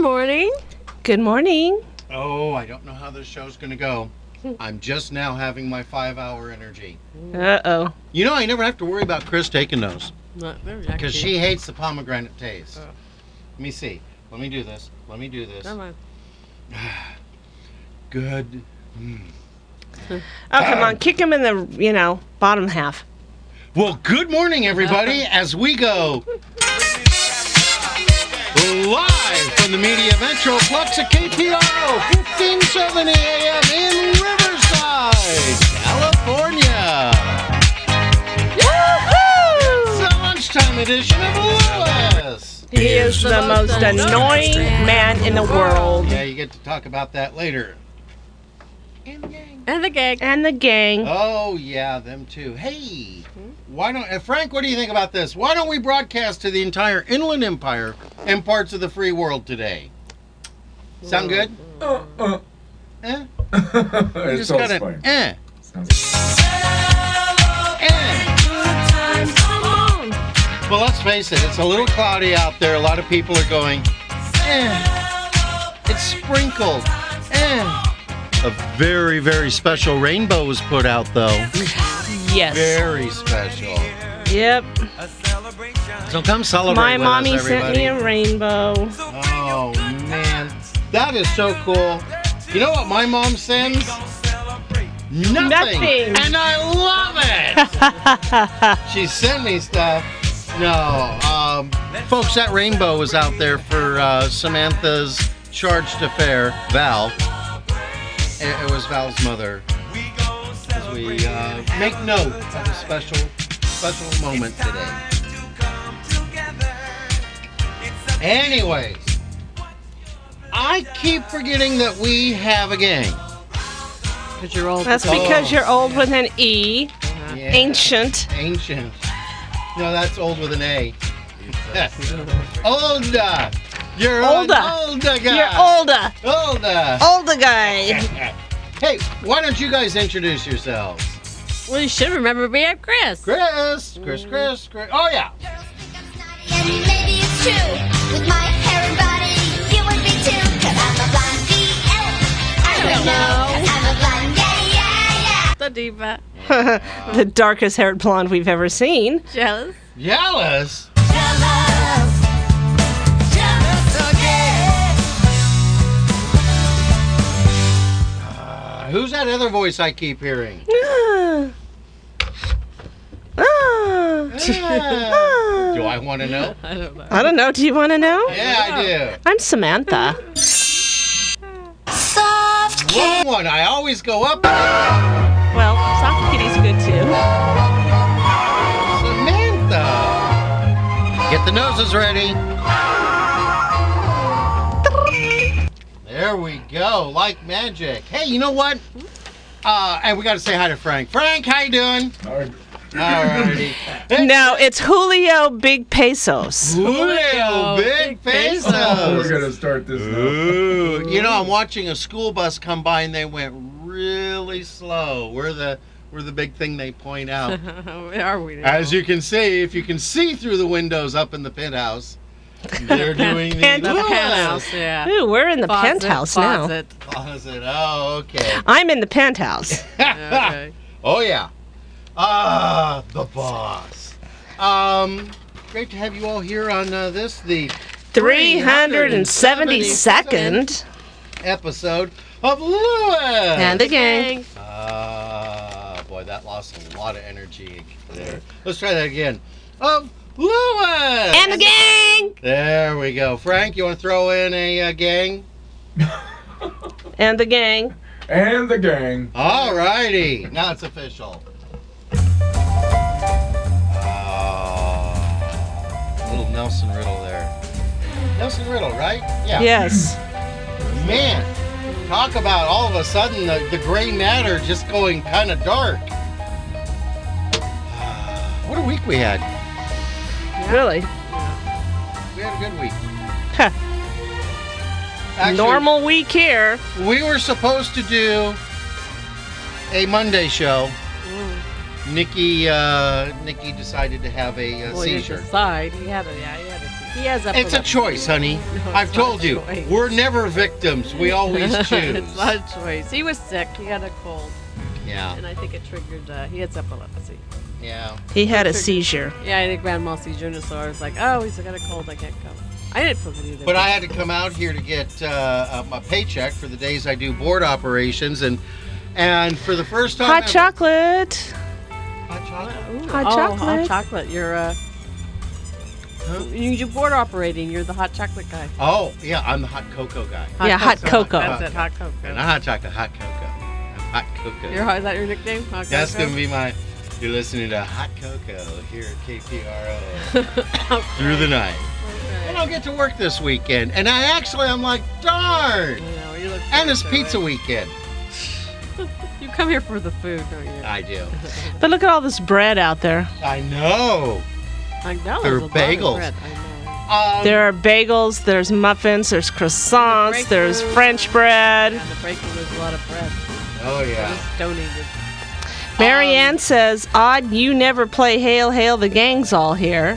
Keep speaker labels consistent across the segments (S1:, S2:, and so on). S1: morning. Good morning.
S2: Oh, I don't know how this show's gonna go. I'm just now having my five hour energy.
S1: Uh oh.
S2: You know, I never have to worry about Chris taking those because
S3: Because
S2: she hates the pomegranate taste. Let me see. Let me do this. Let me do this. Good.
S1: Oh, come on. Kick him in the, you know, bottom half.
S2: Well, good morning, everybody, as we go live from the Media Metroplex at KPRO, 1570 AM in Riverside, California. It's the lunchtime edition of Lewis.
S1: He is the most annoying man in the world.
S2: Yeah, you get to talk about that later. And gang.
S3: And the gag.
S1: And the gang.
S2: Oh, yeah, them too. Hey, why don't, uh, Frank, what do you think about this? Why don't we broadcast to the entire Inland Empire and parts of the free world today? Sound good?
S4: Uh,
S2: Eh?
S5: it
S2: Just
S5: sounds
S2: got
S5: fine.
S2: an eh.
S5: Sounds-
S2: eh. Well, let's face it, it's a little cloudy out there. A lot of people are going, eh. It's sprinkled, eh. A very, very special rainbow was put out, though. Oh,
S1: Yes.
S2: Very special.
S1: Yep.
S2: So come celebrate
S1: My
S2: with
S1: mommy
S2: us,
S1: sent me
S2: everybody.
S1: a rainbow.
S2: Oh man, that is so cool. You know what my mom sends? Nothing.
S1: Nothing.
S2: And I love it. she sent me stuff. No, um, folks, that rainbow was out there for uh, Samantha's charged affair, Val. It, it was Val's mother. As we uh, make note of a special, special moment today. Anyways, I keep forgetting that we have a gang.
S1: Uh,
S3: Because you're old.
S1: That's because you're old with an E.
S2: Yeah.
S1: Ancient.
S2: Ancient. No, that's old with an A. olda. You're
S1: Olda.
S2: an olda
S1: You're Oh.
S2: guy.
S1: older.
S2: olda.
S1: Older guy.
S2: Hey, why don't you guys introduce yourselves?
S3: Well, you should remember we have Chris.
S2: Chris, Chris, Chris, Chris. Oh yeah.
S3: The diva.
S1: the darkest haired blonde we've ever seen.
S3: Jealous.
S2: Jealous. Uh, who's that other voice I keep hearing?
S1: Ah. Ah.
S2: Ah.
S1: Ah.
S2: Do I want to know?
S3: I don't know.
S1: I don't know. Do you want to know?
S2: Yeah, I do.
S1: I'm Samantha.
S2: One, one. I always go up.
S1: Well, soft kitty's good too.
S2: Samantha. Get the noses ready. There we go, like magic. Hey, you know what? Uh, and we got to say hi to Frank. Frank, how you doing?
S5: All right.
S2: Alrighty.
S1: No, it's Julio Big Pesos.
S2: Julio,
S3: Big
S2: big
S3: Pesos.
S5: Oh, we're
S2: pesos.
S5: gonna start this now.
S2: Ooh, you know, I'm watching a school bus come by and they went really slow. We're the we're the big thing they point out.
S3: Where are we now?
S2: As you can see, if you can see through the windows up in the penthouse, they're doing the
S1: Penthouse.
S3: The
S2: Lewis
S3: penthouse, yeah.
S1: Ooh, we're in the
S3: Faucet,
S1: penthouse now.
S3: faucet.
S2: Closet. Oh, okay.
S1: I'm in the penthouse.
S3: Okay.
S2: oh yeah. Ah, the boss. Um, great to have you all here on uh, this the
S1: 372nd.
S2: episode of Lewis.
S1: And the gang.
S2: Ah, boy, that lost a lot of energy there. Let's try that again. Of Lewis.
S1: And the gang.
S2: there we go. Frank, you want to throw in a uh, gang?
S1: And the gang.
S5: And the gang.
S2: Alrighty, now it's official. Ah, little Nelson Riddle there. Nelson Riddle, right? Yeah.
S1: Yes.
S2: Man, talk about all of a sudden the, the gray matter just going kind of dark. Ah, What a week we had.
S1: Really?
S2: We had a good week.
S1: Huh.
S2: Actually,
S1: Normal week here.
S2: We were supposed to do a Monday show.
S3: Mm.
S2: Nikki, uh, Nikki decided to have a uh,
S3: Well, you
S2: seizure.
S3: decide. He had a, yeah, he had a seizure. He has up.
S2: It's a choice, honey. I've
S3: it's
S2: told
S3: not a
S2: you,
S3: choice.
S2: we're never victims. We always choose.
S3: it's not a choice. He was sick. He had a cold,
S2: yeah,
S3: and I think it triggered. Uh, he had epilepsy.
S2: yeah.
S1: He had a seizure.
S3: Yeah, I think Grandma sees you, so I was like, oh, he's got a cold. I can't come. I didn't feel good either.
S2: But I had to come out here to get uh, uh, my paycheck for the days I do board operations, and and for the first time,
S1: Hot
S2: ever-
S1: chocolate.
S2: Hot chocolate.
S3: Ooh,
S1: Hot
S3: oh,
S1: chocolate.
S3: Hot chocolate. You're uh,
S2: Huh?
S3: you, you board operating. You're the hot chocolate guy.
S2: Oh yeah, I'm the hot cocoa guy.
S1: Yeah, hot cocoa.
S3: That's it, hot cocoa.
S2: And not hot chocolate, hot cocoa. I'm hot cocoa.
S3: Your hot- is that your nickname? Hot
S2: That's
S3: cocoa?
S2: gonna be my. You're listening to Hot Cocoa here at KPRO
S3: Okay.
S2: through the night. I don't get to work this weekend, and I actually I'm like darn.
S3: You know, you look
S2: And it's
S3: so
S2: pizza
S3: right.
S2: weekend.
S3: You come here for the food, don't you?
S2: I do.
S1: But look at all this bread out there.
S2: I know.
S3: McDonald's.
S2: They're
S3: is a lot of
S2: bagels.
S3: bread, I know.
S2: Um,
S1: There are bagels, there's muffins, there's croissants, there's
S3: Breakthrough.
S1: French bread.
S3: And the breakfast is a lot of bread.
S2: Oh yeah.
S3: Just donated.
S2: Um,
S1: Marianne says, Odd, you never play Hail, Hail, the gang's all here.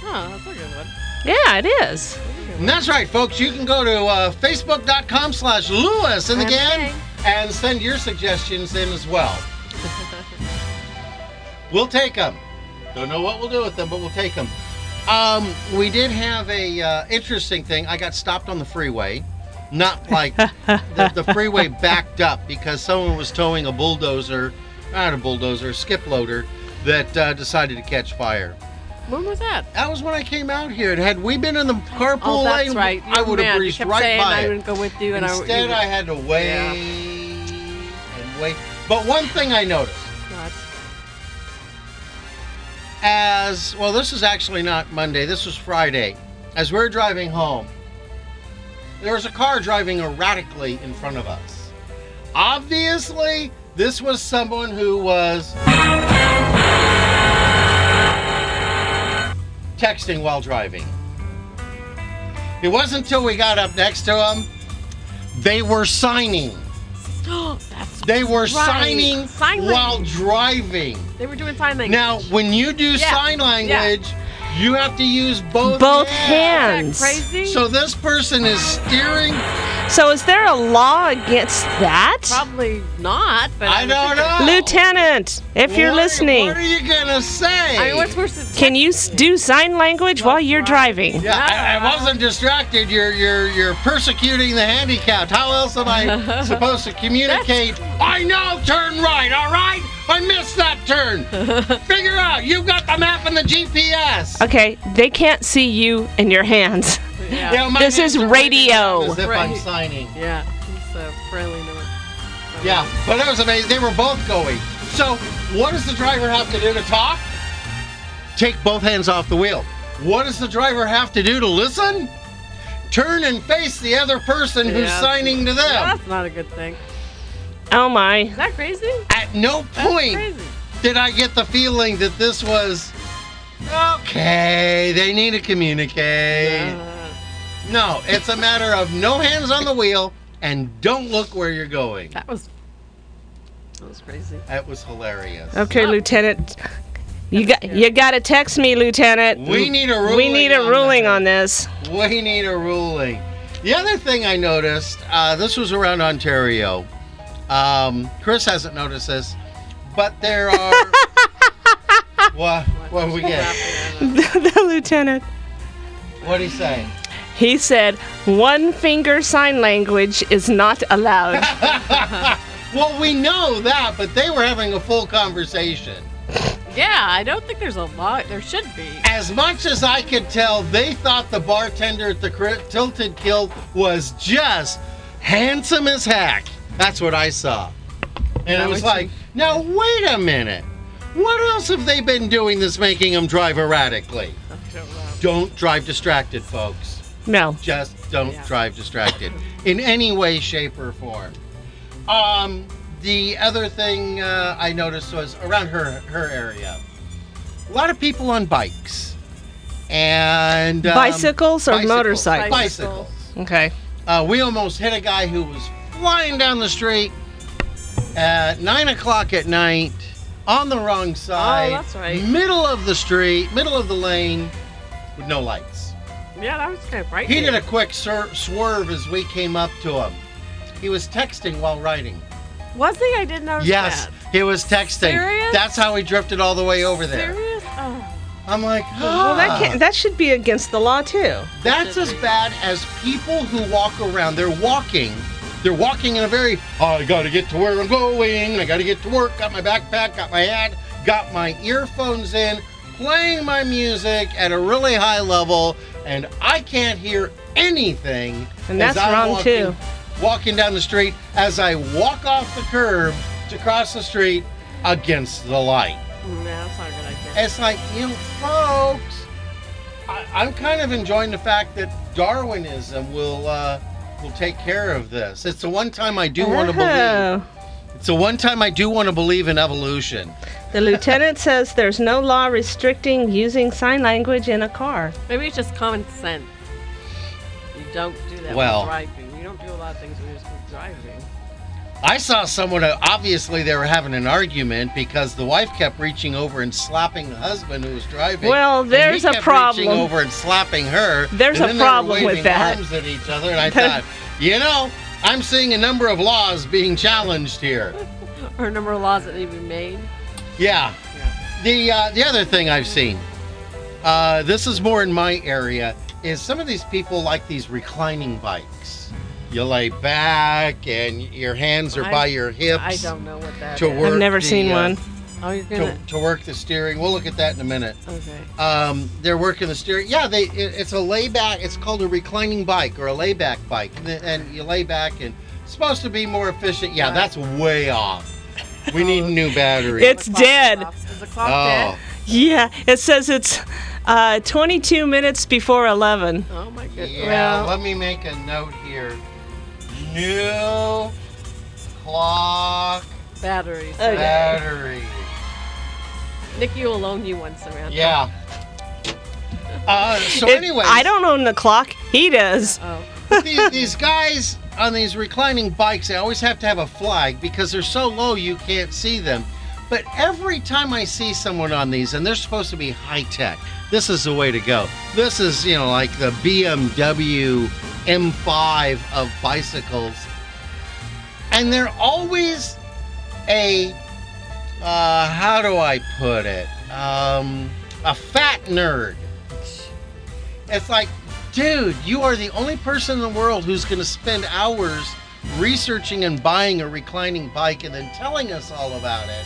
S3: Huh, that's a good one.
S1: Yeah, it is.
S2: And that's right, folks. You can go to uh, facebook.com slash Lewis and the gang and send your suggestions in as well. we'll take them. Don't know what we'll do with them, but we'll take them. Um, we did have a uh, interesting thing. I got stopped on the freeway. Not like the, the freeway backed up because someone was towing a bulldozer, not a bulldozer, a skip loader that uh, decided to catch fire.
S3: When was that?
S2: That was when I came out here, and had we been in the carpool
S3: Oh, that's
S2: lane,
S3: right.
S2: I
S3: You're
S2: would have
S3: mad. You
S2: breezed
S3: kept
S2: right
S3: saying
S2: by
S3: I
S2: it.
S3: wouldn't go with you, and
S2: Instead, I,
S3: I.
S2: had to wait and wait. But one thing I noticed,
S3: I.
S2: as well, this is actually not Monday. This was Friday. As we we're driving home, there was a car driving erratically in front of us. Obviously, this was someone who was texting while driving. It wasn't until we got up next to them, they were signing.
S3: that's
S2: They were
S3: Right.
S2: signing,
S3: Sign
S2: while
S3: language.
S2: driving.
S3: They were doing sign language.
S2: Now, when you do
S3: Yeah.
S2: sign language, you have to use both
S1: Both hands.
S2: hands.
S3: Isn't that crazy?
S2: So this person is steering.
S1: So is there a law against that?
S3: Probably not, but
S2: I
S3: would
S2: don't
S3: think that-
S2: know.
S1: Lieutenant, if you're
S2: What-
S1: listening,
S2: what are you gonna say?
S3: I mean, what's worse than
S1: can you s- do sign language while you're driving?
S2: yeah, I, I wasn't distracted. You're you're you're persecuting the handicapped. How else am I supposed to communicate? I know, turn right. All right, I missed that turn. Figure out. You've got the map and the GPS.
S1: Okay, they can't see you and your hands.
S3: Yeah.
S2: Yeah, my
S1: This
S2: hands
S1: is
S2: are writing down
S1: radio.
S2: As if I'm
S3: Right.
S2: signing.
S3: Yeah, he's a friendly number.
S2: Yeah, but that was amazing. They were both going. So, what does the driver have to do to talk? Take both hands off the wheel. What does the driver have to do to listen? Turn and face the other person who's
S3: Yeah.
S2: signing to them.
S3: That's not a good thing.
S1: Oh my.
S3: Is that crazy?
S2: At no
S3: That's
S2: point
S3: crazy.
S2: did I get the feeling that this was okay, they need to communicate.
S3: Uh,
S2: No, it's a matter of no hands on the wheel and don't look where you're going.
S3: that was that was crazy.
S2: That was hilarious.
S1: Okay,
S3: Oh.
S1: Lieutenant. You got
S3: Yeah.
S1: you got to text me, Lieutenant.
S2: We need a ruling.
S1: We need a ruling
S2: that.
S1: on this.
S2: We need a ruling. The other thing I noticed, uh, this was around Ontario. Um, Chris hasn't noticed this, but there are. what? What we get?
S1: the lieutenant.
S2: What do you say?
S1: He said, one finger sign language is not allowed.
S2: Well, we know that, but they were having a full conversation.
S3: Yeah, I don't think there's a lot. There should be.
S2: As much as I could tell, they thought the bartender at the Cri- Tilted Kill was just handsome as heck. That's what I saw. And
S3: That
S2: it was
S3: was
S2: like,
S3: you.
S2: now wait a minute. What else have they been doing that's making them drive erratically?
S3: I don't know.
S2: Don't drive distracted, folks.
S1: no.
S2: Just don't
S3: Yeah.
S2: drive distracted in any way, shape, or form. Um, the other thing uh, I noticed was around her her area, a lot of people on bikes and um,
S1: Bicycles or
S2: bicycles.
S1: motorcycles?
S2: Bicycles.
S1: Okay.
S2: Uh, we almost hit a guy who was flying down the street at nine o'clock at night on the wrong side,
S3: that's right.
S2: middle of the street, middle of the lane, with no lights.
S3: Yeah, that was kind of frightening.
S2: He did a quick sur- swerve as we came up to him. He was texting while riding.
S3: Was he? I didn't notice
S2: Yes,
S3: that.
S2: he was texting.
S3: Serious?
S2: That's how he drifted all the way over there.
S3: Serious? Oh.
S2: I'm like,
S1: Well, that
S2: "Ah."
S1: can't, that should be against the law too.
S2: That's as bad as people who walk around. They're walking. They're walking in a very, oh, I gotta get to where I'm going. I gotta get to work. Got my backpack, got my hat, got my earphones in, playing my music at a really high level, and I can't hear anything.
S1: And
S2: as
S1: that's
S2: I'm
S1: wrong,
S2: walking-
S1: too.
S2: Walking down the street as I walk off the curb to cross the street against the light.
S3: Mm, Yeah, that's not a good idea.
S2: It's like, you folks, I, I'm kind of enjoying the fact that Darwinism will uh, will take care of this. It's the one time I do want to believe.
S1: Oh.
S2: It's the one time I do want to believe in evolution.
S1: The lieutenant says there's no law restricting using sign language in a car.
S3: Maybe it's just common sense. You don't do that
S2: Well.
S3: while driving. You don't do a lot of things when you're just driving.
S2: I saw someone. uh, Obviously, they were having an argument because the wife kept reaching over and slapping the husband who was driving.
S1: Well,
S2: and he
S1: there's a
S2: kept
S1: problem.
S2: Reaching over and slapping her.
S1: There's
S2: and
S1: a
S2: then they were
S1: problem with
S2: waving
S1: that.
S2: Arms at each other, and I thought, you know, I'm seeing a number of laws being challenged here.
S3: Or a number of laws that need to be made.
S2: Yeah.
S3: Yeah.
S2: The uh, the other thing I've seen, uh, this is more in my area, is some of these people like these reclining bikes. You lay back and your hands are
S3: I-
S2: by your hips
S3: I don't know what that
S2: to
S3: is.
S2: work.
S1: I've never
S2: the,
S1: seen
S2: uh,
S1: one.
S3: Oh, you're
S2: to,
S3: gonna.
S2: to work the steering. We'll look at that in a minute.
S3: Okay.
S2: Um, they're working the steering. Yeah, they it, it's a layback. It's called a reclining bike or a layback bike, and, and you lay back and it's supposed to be more efficient. Yeah,
S3: Right.
S2: that's way off. We need new batteries.
S1: It's
S3: The clock's
S1: dead.
S3: off. Is the clock
S2: oh.
S3: dead?
S1: Yeah, it says it's uh, 22 minutes before 11.
S3: Oh my goodness.
S2: Yeah,
S1: Well-
S2: let me make a note here. New clock
S3: Batteries.
S1: Okay.
S2: battery.
S3: Nikki will loan you one, Samantha.
S2: Yeah. Uh, so
S1: It-
S2: anyway,
S1: I don't own the clock. He does.
S3: Oh.
S2: these, these guys on these reclining bikes, they always have to have a flag because they're so low you can't see them. But every time I see someone on these, and they're supposed to be high tech, this is the way to go. This is, you know, like the BMW M5 of bicycles. And they're always a, uh, how do I put it? Um, a fat nerd. It's like, dude, you are the only person in the world who's going to spend hours researching and buying a reclining bike and then telling us all about it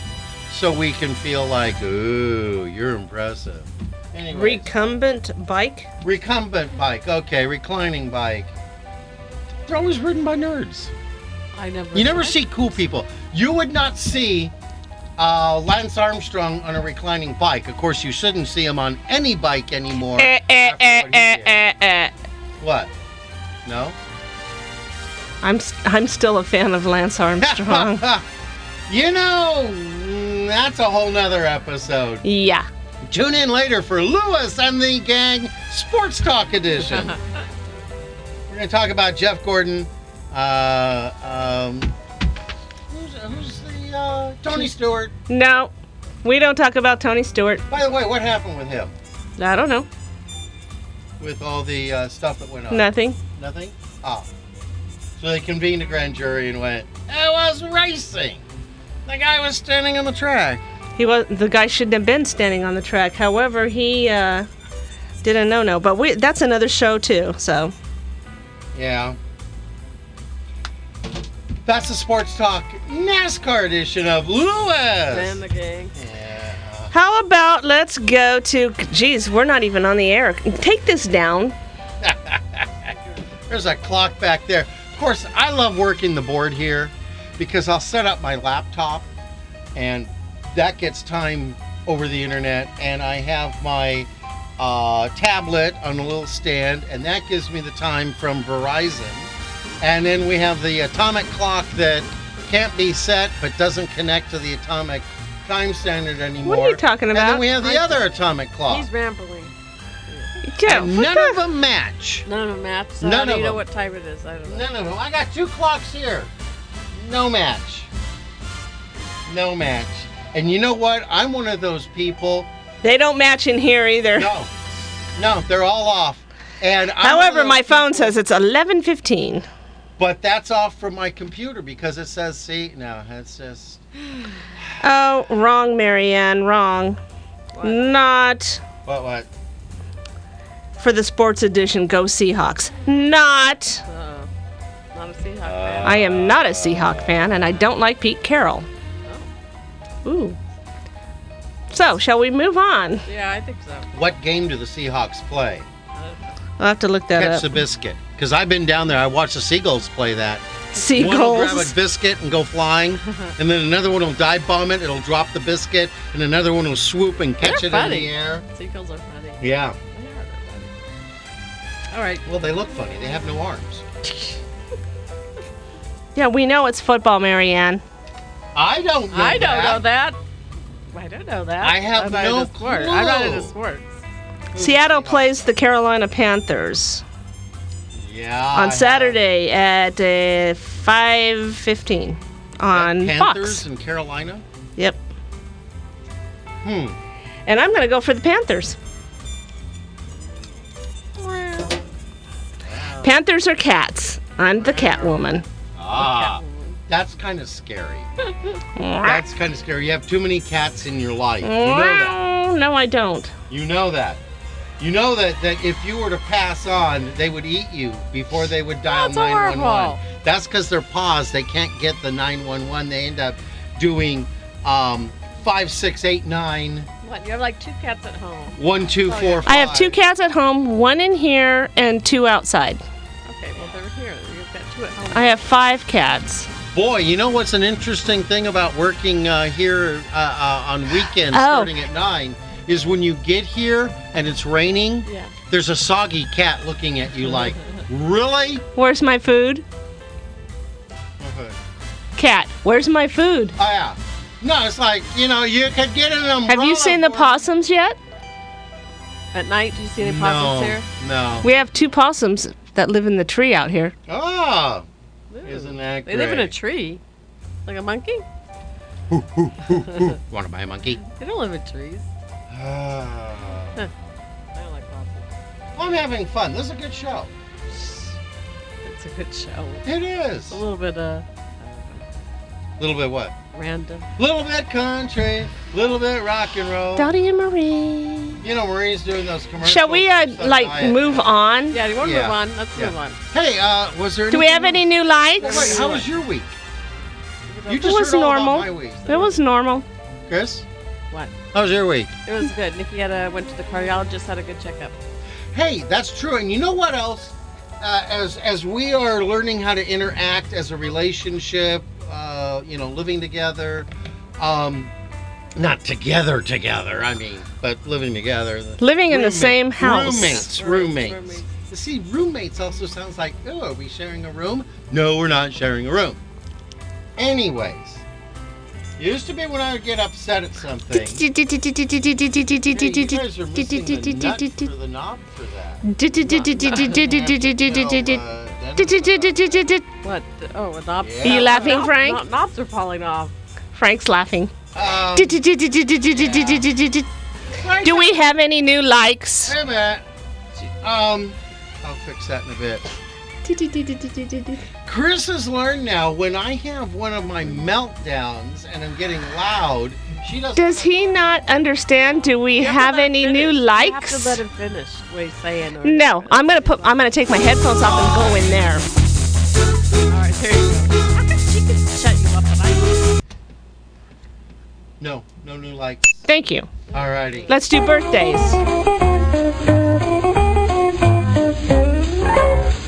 S2: so we can feel like, ooh, you're impressive. Anyway,
S1: Recumbent bike.
S2: recumbent bike. Okay, reclining bike. They're always ridden by nerds.
S3: I never.
S2: You never
S3: what?
S2: see cool people. You would not see uh, Lance Armstrong on a reclining bike. Of course, you shouldn't see him on any bike anymore.
S1: Eh, eh,
S2: after
S1: eh,
S2: what he
S1: eh,
S2: did.
S1: eh, eh.
S2: What? No?
S1: I'm s- I'm still a fan of Lance Armstrong.
S2: you know, mm, that's a whole nother episode.
S1: yeah.
S2: Tune in later for Lewis and the Gang Sports Talk Edition. We're going to talk about Jeff Gordon. Uh, um, who's, who's the uh, Tony Stewart?
S1: No, we don't talk about Tony Stewart.
S2: By the way, what happened with him?
S1: I don't know.
S2: With all the uh, stuff that went on?
S1: Nothing.
S2: Nothing? Oh. So they convened a grand jury and went, It was racing. The guy was standing on the track.
S1: He was the guy shouldn't have been standing on the track. However, he uh, did a no-no. But we, that's another show too. So
S2: Yeah. That's the Sports Talk NASCAR edition of
S3: Then
S2: Lewis.
S3: the gang.
S2: Yeah.
S1: how about let's go to? Geez, we're not even on the air. Take this down.
S2: There's a clock back there. Of course, I love working the board here because I'll set up my laptop and that gets time over the internet. And I have my uh, tablet on a little stand and that gives me the time from Verizon. And then we have the atomic clock that can't be set but doesn't connect to the atomic time standard anymore.
S1: What are you talking
S2: And
S1: about?
S2: then we have the
S3: I-
S2: other atomic clock.
S3: He's rambling.
S1: Joe,
S2: And
S1: what
S2: none
S1: the-
S2: of them match.
S3: None of them match. So
S2: None
S3: how do
S2: of
S3: you know
S2: them.
S3: what time it is? I don't know.
S2: None of them. I got two clocks here. No match. No match. And you know what? I'm one of those people.
S1: they don't match in here either.
S2: No. No, they're all off. And I'm
S1: However,
S2: one of
S1: my
S2: those
S1: phone says it's 11:15.
S2: But that's off from my computer because it says, see, no, it's just.
S1: Oh, wrong, Marianne, wrong.
S3: What?
S1: Not
S2: What, what?
S1: for the sports edition. Go Seahawks. Not.
S3: Uh, not a Seahawk fan.
S2: Uh.
S1: I am not a Seahawk fan, and I don't like Pete Carroll. Ooh. So, shall we move on?
S3: yeah, I think so.
S2: What game do the Seahawks play?
S1: I'll have to look that
S2: Catch the
S1: up.
S2: biscuit. Because I've been down there. I watched the Seagulls play that. One will grab
S1: Seagulls.
S2: a biscuit and go flying, and then another one will dive bomb it. It'll drop the biscuit, and another one will swoop and catch
S3: They're
S2: it in
S3: funny.
S2: the air.
S3: Seagulls are funny.
S2: Yeah.
S3: They are, they're funny. All right.
S2: Well, they look funny. They have no arms.
S1: Yeah, we know it's football, Marianne.
S2: I don't know.
S3: I don't
S2: that.
S3: know that. I don't know that.
S2: I have
S3: I'm not
S2: no
S3: into sport. I'm not into
S2: clue.
S3: sports.
S1: Seattle plays the Carolina Panthers
S2: Yeah. I
S1: on
S2: have.
S1: Saturday at uh, 5:15 on
S2: Panthers
S1: Fox.
S2: in Carolina.
S1: Yep.
S2: Hmm.
S1: And I'm going to go for the Panthers. Panthers are cats. I'm the cat woman.
S2: Ah, that's kind of scary. That's kind of scary. You have too many cats in your life. You know that.
S1: No, I don't.
S2: You know that. You know that, that if you were to pass on, they would eat you before they would dial
S3: That's
S2: 911.
S3: horrible.
S2: That's because their paws, they can't get the 911. They end up doing um, 5689
S3: What? You have like two cats at home.
S2: 1245.
S1: I have two cats at home, one in here and two outside.
S3: Okay, well they're here. You've got two at home.
S1: I have five cats.
S2: Boy, you know what's an interesting thing about working uh, here uh, uh, on weekends
S1: Oh.
S2: starting at 9 is when you get here and it's raining.
S3: yeah.
S2: there's a soggy cat looking at you like, really?
S1: Where's my food? Cat, where's my food?
S2: Oh, yeah. No, it's like, you know, you could get an umbrella.
S1: Have you seen the
S2: for-
S1: possums yet?
S3: At night, do you see any
S2: No,
S3: possums here?
S2: no.
S1: We have two possums that live in the tree out here.
S2: Oh,
S3: Ooh.
S2: isn't that
S3: They live in a
S2: great?
S3: tree. Like a monkey?
S2: Want to buy a monkey?
S3: They don't live in trees.
S2: Ah.
S3: I don't like possums.
S2: I'm having fun. This is a good show.
S3: It's a good show.
S2: It is.
S3: A
S2: A
S3: little bit uh
S2: little bit what?
S3: random.
S2: Little bit country, little bit rock and roll.
S1: Dottie and Marie.
S2: You know, Marie's doing those commercials.
S1: Shall we uh,
S2: so I-
S1: like move on?
S3: Yeah, you want to
S2: Yeah.
S3: move on? Let's
S2: Yeah.
S3: move on.
S2: Hey, uh, was there?
S1: Do we
S2: anything
S1: have any
S2: else?
S1: new
S2: Wait, wait,
S1: likes?
S2: how was your week? You
S1: It
S2: just
S1: was
S2: heard all about
S1: normal.
S2: my week.
S1: It was normal.
S2: Chris,
S3: What?
S2: how was your week?
S3: It was good. Nikki had a went to the cardiologist, had a good checkup.
S2: Hey, that's true. And you know what else? Uh, as as we are learning how to interact as a relationship, uh, you know, living together, um, not together together. I mean, but living together.
S1: Living in the
S2: Roommate-
S1: same house.
S3: Roommates,
S2: Roommates, roommates.
S3: roommates.
S2: You See, roommates also sounds like, oh, are we sharing a room? No, we're not sharing a room. Anyways, used to be when I would get upset at something. Hey, you guys are missing the nut for the knob for that.
S3: What? the- Oh, a knob.
S2: Yeah.
S1: Are you laughing,
S3: Knob-
S1: Frank?
S3: knob- knobs are falling off.
S1: Frank's laughing.
S2: Um,
S1: Do we have any new likes?
S2: Hey, Matt. Um, I'll fix that in a bit. Chris has learned now when I have one of my meltdowns and I'm getting loud, she doesn't.
S1: Does he not understand? Do we
S3: You to
S1: have
S3: let
S1: any
S3: him
S1: new
S3: finish. You have
S1: likes?
S3: to let him finish what he's saying. or-
S1: No, I'm gonna put. I'm gonna take my headphones off and go in there.
S3: All right, there you go. How come she can shut you up and I
S2: No, no new likes.
S1: Thank you.
S2: Alrighty.
S1: Let's do birthdays.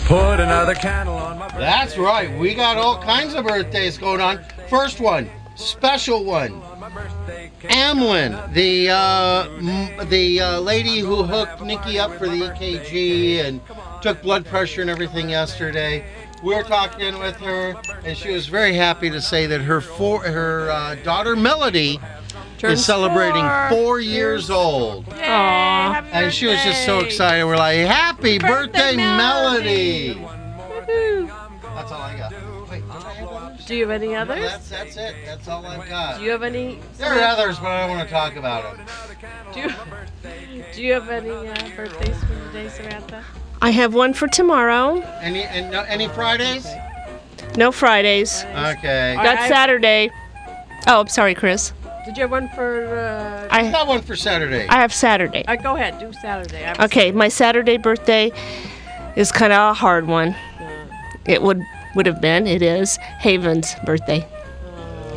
S5: Put another candle on my birthday.
S2: That's right. We got all kinds of birthdays going on. First one, special one.
S5: on my birthday cake.
S2: Amlin, the uh, m- the uh, lady who hooked Nikki up for the EKG and took blood pressure and everything yesterday. We were talking with her, and she was very happy to say that her four, her uh, daughter Melody is celebrating four years old,
S1: Aww.
S2: and she was just so excited. We're like, "Happy birthday, Melody!" That's all I got. Wait, did I have others?
S3: Do you have any
S2: No,
S3: others?
S2: that's that's it. That's all I've
S3: Do
S2: got.
S3: you have any?
S2: There are others, but I don't want to talk about them.
S3: Do you, do you have any uh, birthdays from today, Samantha?
S1: I have one for tomorrow.
S2: Any and no, any Fridays?
S1: No Fridays.
S2: Okay.
S3: All right.
S1: That's Saturday. Oh, I'm sorry, Chris.
S3: Did you have one for? Uh,
S2: I
S1: I
S2: got one for Saturday.
S1: I have Saturday.
S3: uh, go ahead, do Saturday. I'm
S1: Okay, my Saturday birthday is kind of a hard one. It would would have been. It is Haven's birthday.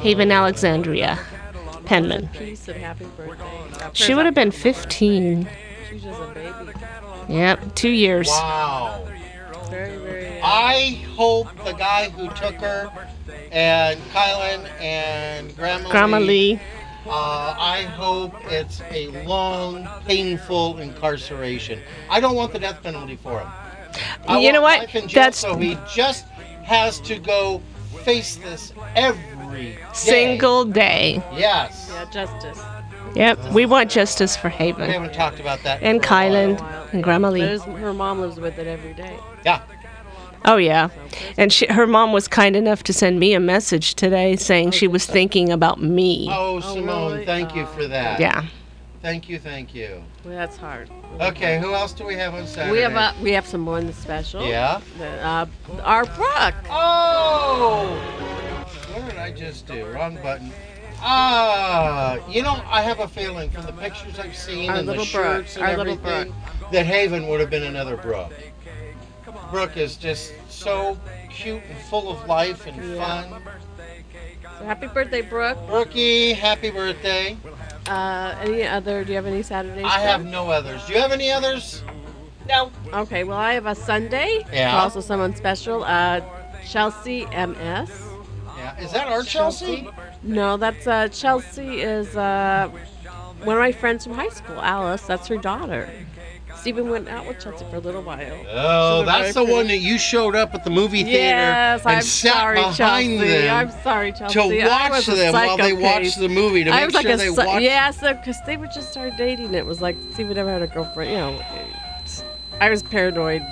S1: Haven Alexandria Penman.
S3: Peace and happy birthday.
S1: She would have been 15.
S3: She's just a baby.
S1: Yep, two years.
S2: Wow.
S3: Very, very. Uh,
S2: I hope the guy who took her and Kylan and Grandma,
S1: Grandma Lee.
S2: Uh, I hope it's a long, painful incarceration. I don't want the death penalty for him. I
S1: You know
S2: want
S1: what?
S2: life in jail
S1: That's-
S2: so he just has to go face this every day.
S1: Single day.
S2: Yes.
S3: yeah, justice.
S1: Yep, we want justice for
S2: We
S1: Haven.
S2: haven't talked about that.
S1: And
S2: for a while.
S1: Kylan and Grandma
S3: But
S1: Lee.
S3: his, her mom lives with it every day.
S2: Yeah.
S1: Oh, yeah. And she, her mom was kind enough to send me a message today saying she was thinking about me.
S2: Oh, Simone,
S3: really?
S2: thank you for that.
S1: Yeah.
S2: Thank you, thank you.
S3: Well, that's hard.
S2: Okay, who else do we have on Saturday?
S3: We have uh, we have some more in the special.
S2: Yeah.
S3: The, uh, our Brock.
S2: Oh! What did I just do? Wrong button. Ah, you know, I have a feeling from the pictures I've seen
S3: Our
S2: and the
S3: little Brooke,
S2: shirts and
S3: our little
S2: everything that Haven would have been another Brooke. Brooke is just so cute and full of life and fun.
S3: So happy birthday, Brooke.
S2: Brookie, happy birthday.
S3: Uh, any other? Do you have any Saturdays?
S2: I have no others. Do you have any others? No.
S3: Okay. Well, I have a Sunday.
S2: Yeah.
S3: Also, someone special. Uh, Chelsea M.S.
S2: Yeah. Is that our Chelsea?
S3: No, that's uh, Chelsea is uh, one of my friends from high school, Alice. That's her daughter. Stephen went out with Chelsea for a little while.
S2: Oh,
S3: She's a
S2: that's
S3: very
S2: the one
S3: pretty-
S2: that you showed up at the movie theater
S3: Yes,
S2: and
S3: I'm
S2: sat
S3: sorry,
S2: behind
S3: Chelsea.
S2: them.
S3: I'm sorry, Chelsea.
S2: to
S3: I
S2: watch
S3: was a
S2: them while they
S3: psychopath.
S2: watch the movie to
S3: I
S2: make
S3: was
S2: sure
S3: like a
S2: they
S3: psy-
S2: watch.
S3: yeah, because they would just start dating. It was like Stephen never had a girlfriend. You know, it's- I was paranoid.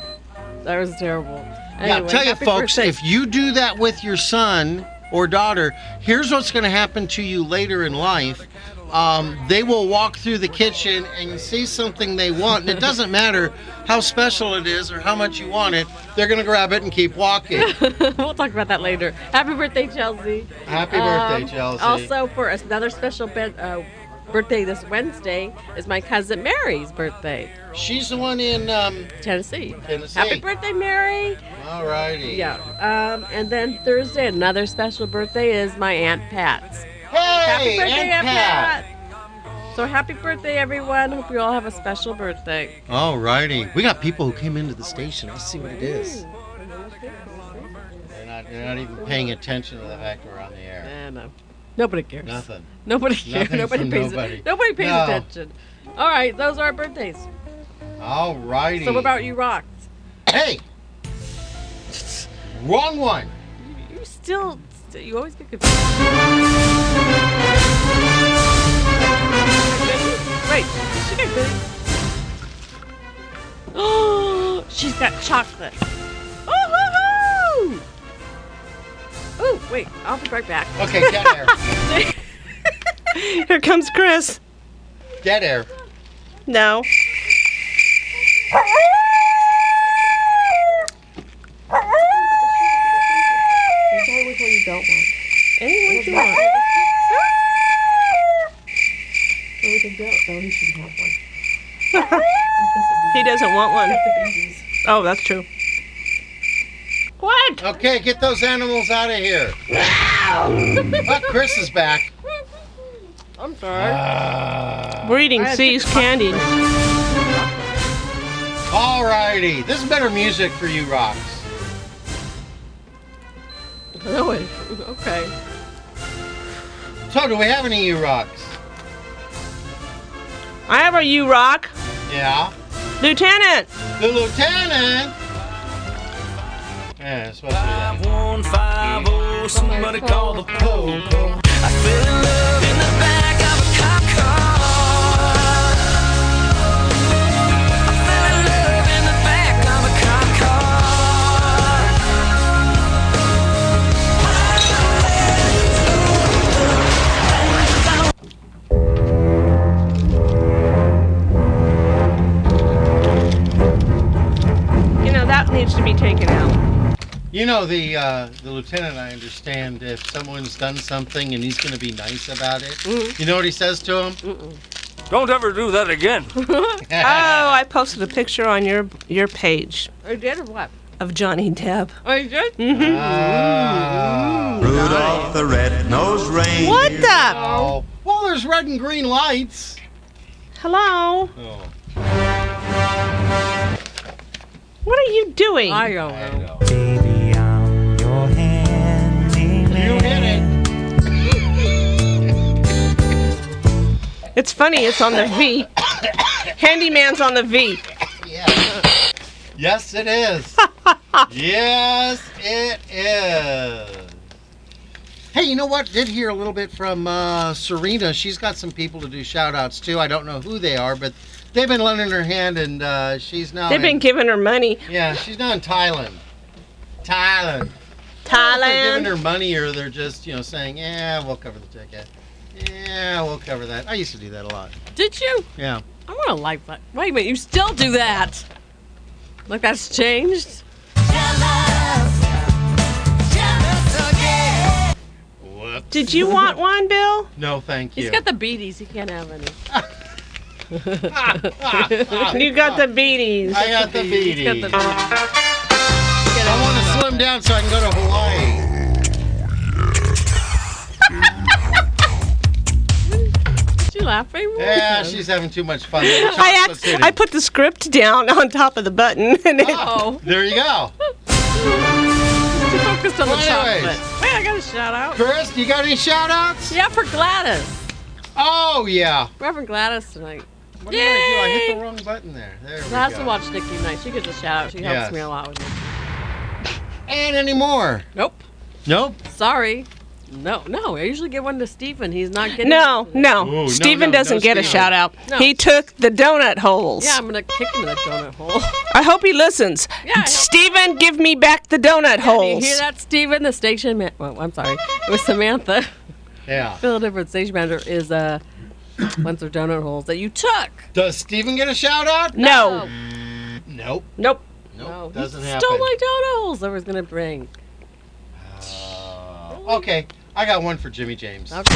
S3: I was terrible.
S2: Yeah,
S3: Anyway,
S2: I'll tell you,
S3: happy
S2: folks,
S3: birthday.
S2: if you do that with your son or daughter, here's what's going to happen to you later in life. Um, they will walk through the kitchen and see something they want, and it doesn't matter how special it is or how much you want it. They're going to grab it and keep walking.
S3: we'll talk about that later. Happy birthday, Chelsea.
S2: Happy
S3: Um,
S2: birthday, Chelsea!
S3: Also, for us- another special bit, uh, birthday this Wednesday is my cousin Mary's birthday,
S2: She's the one in. Um,
S3: Tennessee.
S2: Tennessee.
S3: Happy birthday, Mary!
S2: all righty.
S3: Yeah. Um, and then Thursday, another special birthday is my Aunt Pat's.
S2: Hey,
S3: happy birthday,
S2: Aunt Pat.
S3: Pat! So happy birthday, everyone. Hope you all have a special birthday.
S2: All righty. We got people who came into the station. Let's see what it is. They're not, they're not even paying attention to the fact we're on the air.
S3: And uh, nobody cares.
S2: Nothing.
S3: Nobody cares.
S2: Nothing
S3: Nobody
S2: from
S3: pays,
S2: nobody.
S3: nobody pays
S2: No.
S3: attention. All right, those are our birthdays.
S2: All righty.
S3: So what about you, Rock?
S2: Hey! Wrong one.
S3: You still, st- you always get confused. Wait, did she get goodies? Oh, she's got chocolate. Oh, Ooh, wait, I'll be right back.
S2: Okay, dead air.
S1: Here comes Chris.
S2: Dead air.
S1: No. Any one you want. He doesn't want one. Oh, that's true.
S3: What?
S2: Okay, get those animals out of here. But Chris is back.
S3: I'm sorry.
S1: We're eating
S3: I had
S1: C's candy.
S2: All righty. This is better music for you, Rocks.
S3: No way. Uh, Okay.
S2: So, do we have any you rocks?
S1: I have a U Rock.
S2: Yeah.
S1: Lieutenant!
S2: The lieutenant. Yeah, it's supposed to be that.
S5: 5150, oh, somebody call the
S2: Oh,
S5: I fell in love in the back of a cop car. I fell in love in the back of a cop car.
S2: oh. You know the uh, the lieutenant. I understand if someone's done something and he's going to be nice about it. You know what he says to him?
S6: Don't ever do that again.
S1: Oh, I posted a picture on your your page
S3: Or did or what?
S1: of Johnny Depp.
S3: Oh, you did?
S2: Ah.
S7: Rudolph the red-nosed reindeer.
S1: What the?
S2: Oh. Well, there's red and green lights.
S1: Hello?
S2: Oh,
S1: What are you doing?
S3: I don't know.
S2: know.
S8: Baby, I'm your
S2: You
S8: handyman.
S2: hit it.
S1: It's funny, it's on the V. Handyman's on the V.
S2: Yes, it is. yes, it is. Hey, you know what? Did hear a little bit from uh, Serena. She's got some people to do shout outs to. I don't know who they are, but they've been lending her hand and uh, she's now.
S1: They've been
S2: in-
S1: giving her money.
S2: Yeah, she's now in Thailand. Thailand. I don't know if They're giving
S1: Thailand.
S2: her money or they're just, you know, saying, yeah, we'll cover the ticket. Yeah, we'll cover that. I used to do that a lot.
S3: Did you?
S2: Yeah.
S3: I want to like that. Wait a minute, you still do that? Like that's changed?
S2: Whoops.
S1: Did you want one, Bill?
S2: No, thank you.
S3: He's got the beaties. He can't have any.
S2: Ah,
S1: You got the beaties.
S2: I got the
S3: He's got the
S2: beady.
S3: beaties.
S2: I want to slim down so I can go to Hawaii.
S3: Did you laugh, Ray?
S2: Yeah, she's having too much fun. with the
S1: I,
S2: chocolate
S1: act-
S2: city.
S1: I put the script down on top of the button and it,
S3: Oh,
S2: There you go.
S3: too focused on the
S2: Well, anyways.
S3: chocolate. Wait, I got a shout out.
S2: Chris, you got any shout outs?
S3: Yeah, for Gladys.
S2: Oh, yeah.
S3: Reverend Gladys tonight.
S2: What did I do? I hit
S3: Yay.
S2: the wrong button there. There we
S3: So I have to
S2: go.
S3: watch Nikki tonight. She gets a shout out. She helps
S2: Yes.
S3: me a lot with this.
S2: And any more?
S3: Nope.
S2: Nope.
S3: Sorry. No, no. I usually give one to Stephen. He's not getting
S1: No,
S3: one tonight.
S1: no.
S2: Ooh, no,
S1: Steven
S2: no, no,
S1: doesn't get a
S2: Steven.
S1: shout out.
S3: No.
S1: He took the donut holes.
S3: Yeah, I'm gonna kick him in the donut hole.
S1: I hope he listens.
S3: Yeah, I hope-
S1: Steven, give me back the donut
S3: Do you
S1: holes.
S3: hear that, Stephen? The station man. Well, I'm sorry. It was Samantha.
S2: Yeah.
S3: Philadelphia station manager is uh, ones of donut holes that you took.
S2: Does Steven get a shout out?
S1: No.
S2: Nope.
S1: Nope.
S2: Nope.
S3: Oh, No, he
S2: Doesn't happen.
S3: stole my donut holes. I was gonna bring.
S2: Uh, okay, I got one for Jimmy James.
S3: Okay.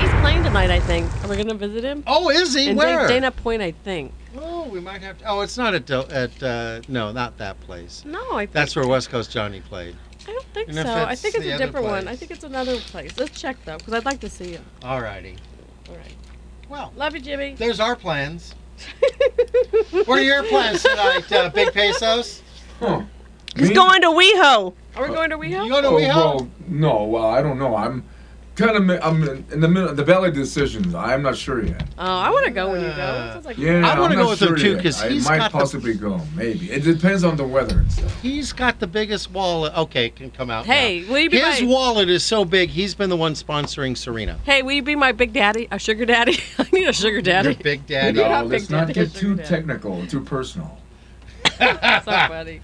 S3: He's playing tonight, I think. Are we gonna visit him?
S2: Oh, is he?
S3: In
S2: Where?
S3: Dan- Dana Point, I think.
S2: Oh, we might have to. Oh, it's not at Do- at uh, no, not that place.
S3: No, I think.
S2: That's where West Coast Johnny played.
S3: I don't think
S2: And
S3: so.
S2: if
S3: I
S2: it's
S3: think it's
S2: the
S3: a
S2: other
S3: different one. I
S2: place.
S3: think it's another place. Let's check though, because I'd like to see him.
S2: Alrighty.
S3: All right.
S2: Well,
S3: Love you, Jimmy.
S2: there's our plans. What are your plans tonight, uh, Big Pesos?
S1: He's going to WeHo.
S3: Are we going to
S2: You
S3: WeHo?
S2: going to
S4: Oh,
S2: WeHo?
S4: well, no, well, I don't know. I'm kind of I'm in- in the middle, the valley decisions. I'm not sure yet.
S3: Oh, I want to go when you go.
S2: Uh,
S3: It sounds like
S4: Yeah,
S2: I wanna
S4: I'm not
S2: go with him
S4: sure
S2: too,
S4: yet.
S2: 'cause
S4: I
S2: he's
S4: might
S2: got the-
S4: possibly go. Maybe it depends on the weather and stuff.
S2: He's got the biggest wallet. Okay, it can come out. now.
S3: Hey, will you be
S2: His
S3: my?
S2: wallet is so big. He's been the one sponsoring Serena.
S3: hey, will you be my big daddy? A sugar daddy? I need a sugar
S2: Your
S3: daddy.
S2: big
S4: You
S2: daddy.
S3: You're
S4: know,
S3: not
S4: let's
S3: big
S4: not
S3: daddy,
S4: get
S3: sugar
S4: too
S3: daddy.
S4: technical, too personal.
S3: so funny.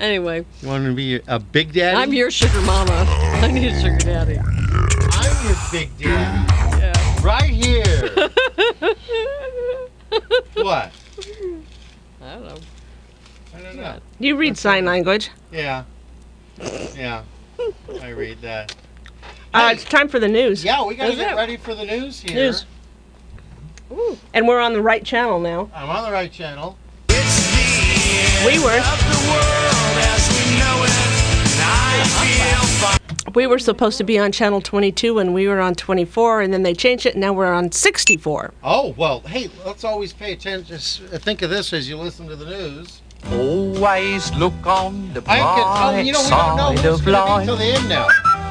S3: Anyway,
S2: You want to be a big daddy?
S3: I'm your sugar mama. I need a sugar daddy.
S2: I'm your big daddy.
S3: Yeah.
S2: Right here.
S3: I
S2: what?
S3: don't know.
S2: I don't know.
S1: You read sign language.
S2: Yeah. Yeah. I read that.
S1: Uh,
S2: Hey.
S1: it's time for the news.
S2: Yeah, we gotta
S3: Is
S2: get
S3: it?
S2: ready for the news here.
S1: News. And we're on the right channel now.
S2: I'm on the right channel.
S1: We were. We were supposed to be on channel 22 and we were on 24 and then they changed it and now we're on 64.
S2: Oh well, hey, let's always pay attention. s- Think of this as you listen to the news.
S8: Always look on the
S2: I can. Oh, you know we don't know who's gonna be till the end now.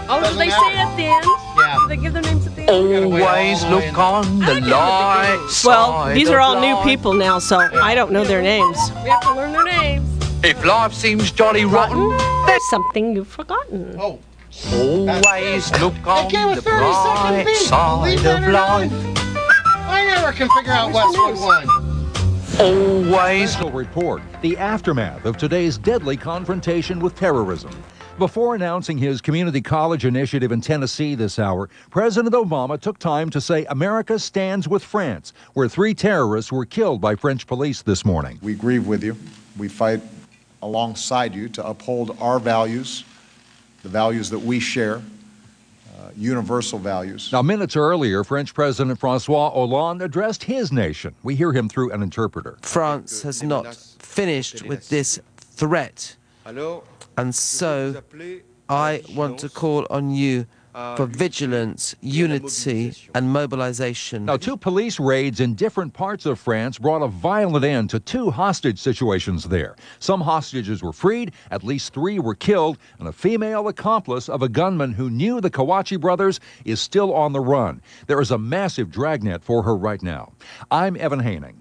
S3: Oh, did they say it at the end?
S2: Yeah.
S3: Did they give their names at the end?
S2: gotta wait all the way in.
S8: on
S3: I don't know what they do.
S1: Well, these are all new people now, so I don't know their names.
S3: We have to learn their names.
S8: If life seems jolly rotten,
S1: There's something you've forgotten.
S2: Oh,
S8: always look on
S2: gave a
S8: the
S2: 30 second
S8: bright
S2: beat. Leave
S8: side
S2: that
S8: of
S2: alone.
S8: life.
S2: I never can figure out Westwood one.
S8: Always
S9: Special report the aftermath of today's deadly confrontation with terrorism. Before announcing his community college initiative in Tennessee this hour, President Obama took time to say America stands with France, where three terrorists were killed by French police this morning.
S10: We grieve with you. We fight alongside you to uphold our values, the values that we share, uh, universal values.
S9: Now, minutes earlier, French President Francois Hollande addressed his nation. We hear him through an interpreter.
S11: France has not finished with this threat. And so I want to call on you for vigilance, unity, and mobilization.
S9: Now, two police raids in different parts of France brought a violent end to two hostage situations there. Some hostages were freed, at least three were killed, and a female accomplice of a gunman who knew the Kawachi brothers is still on the run. There is a massive dragnet for her right now. I'm Evan Haining.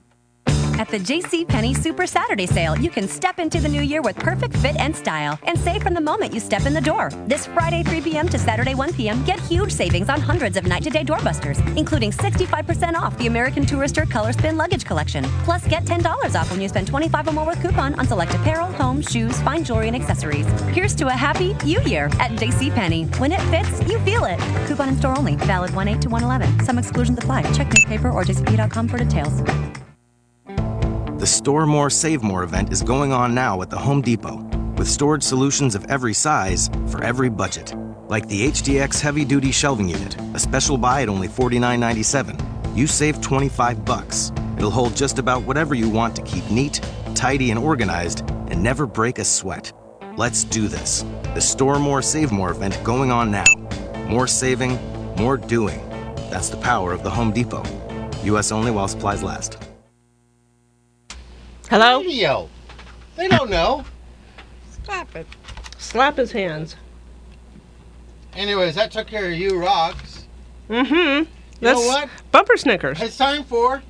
S12: At the JCPenney Super Saturday Sale, you can step into the new year with perfect fit and style and save from the moment you step in the door. This Friday, 3 p.m. to Saturday, 1 p.m., get huge savings on hundreds of night to day doorbusters, including 65% off the American Tourister Color Spin Luggage Collection. Plus, get $10 off when you spend 25 or more with coupon on select apparel, home, shoes, fine jewelry, and accessories. Here's to a happy new year at JCPenney. When it fits, you feel it. Coupon in store only, valid 1 8 to 111. Some exclusions apply. Check newspaper or jcp.com for details.
S13: The Store More Save More event is going on now at the Home Depot with storage solutions of every size for every budget. Like the HDX Heavy Duty Shelving Unit, a special buy at only $49.97. You save 25 bucks. It'll hold just about whatever you want to keep neat, tidy, and organized, and never break a sweat. Let's do this. The Store More Save More event going on now. More saving, more doing. That's the power of the Home Depot. U.S. only while supplies last.
S1: Hello?
S2: Radio. They don't know.
S3: Stop it.
S1: Slap his hands.
S2: Anyways, that took care of you rocks.
S1: Mm-hmm.
S2: You know
S1: That's
S2: what?
S1: Bumper Snickers.
S2: It's time for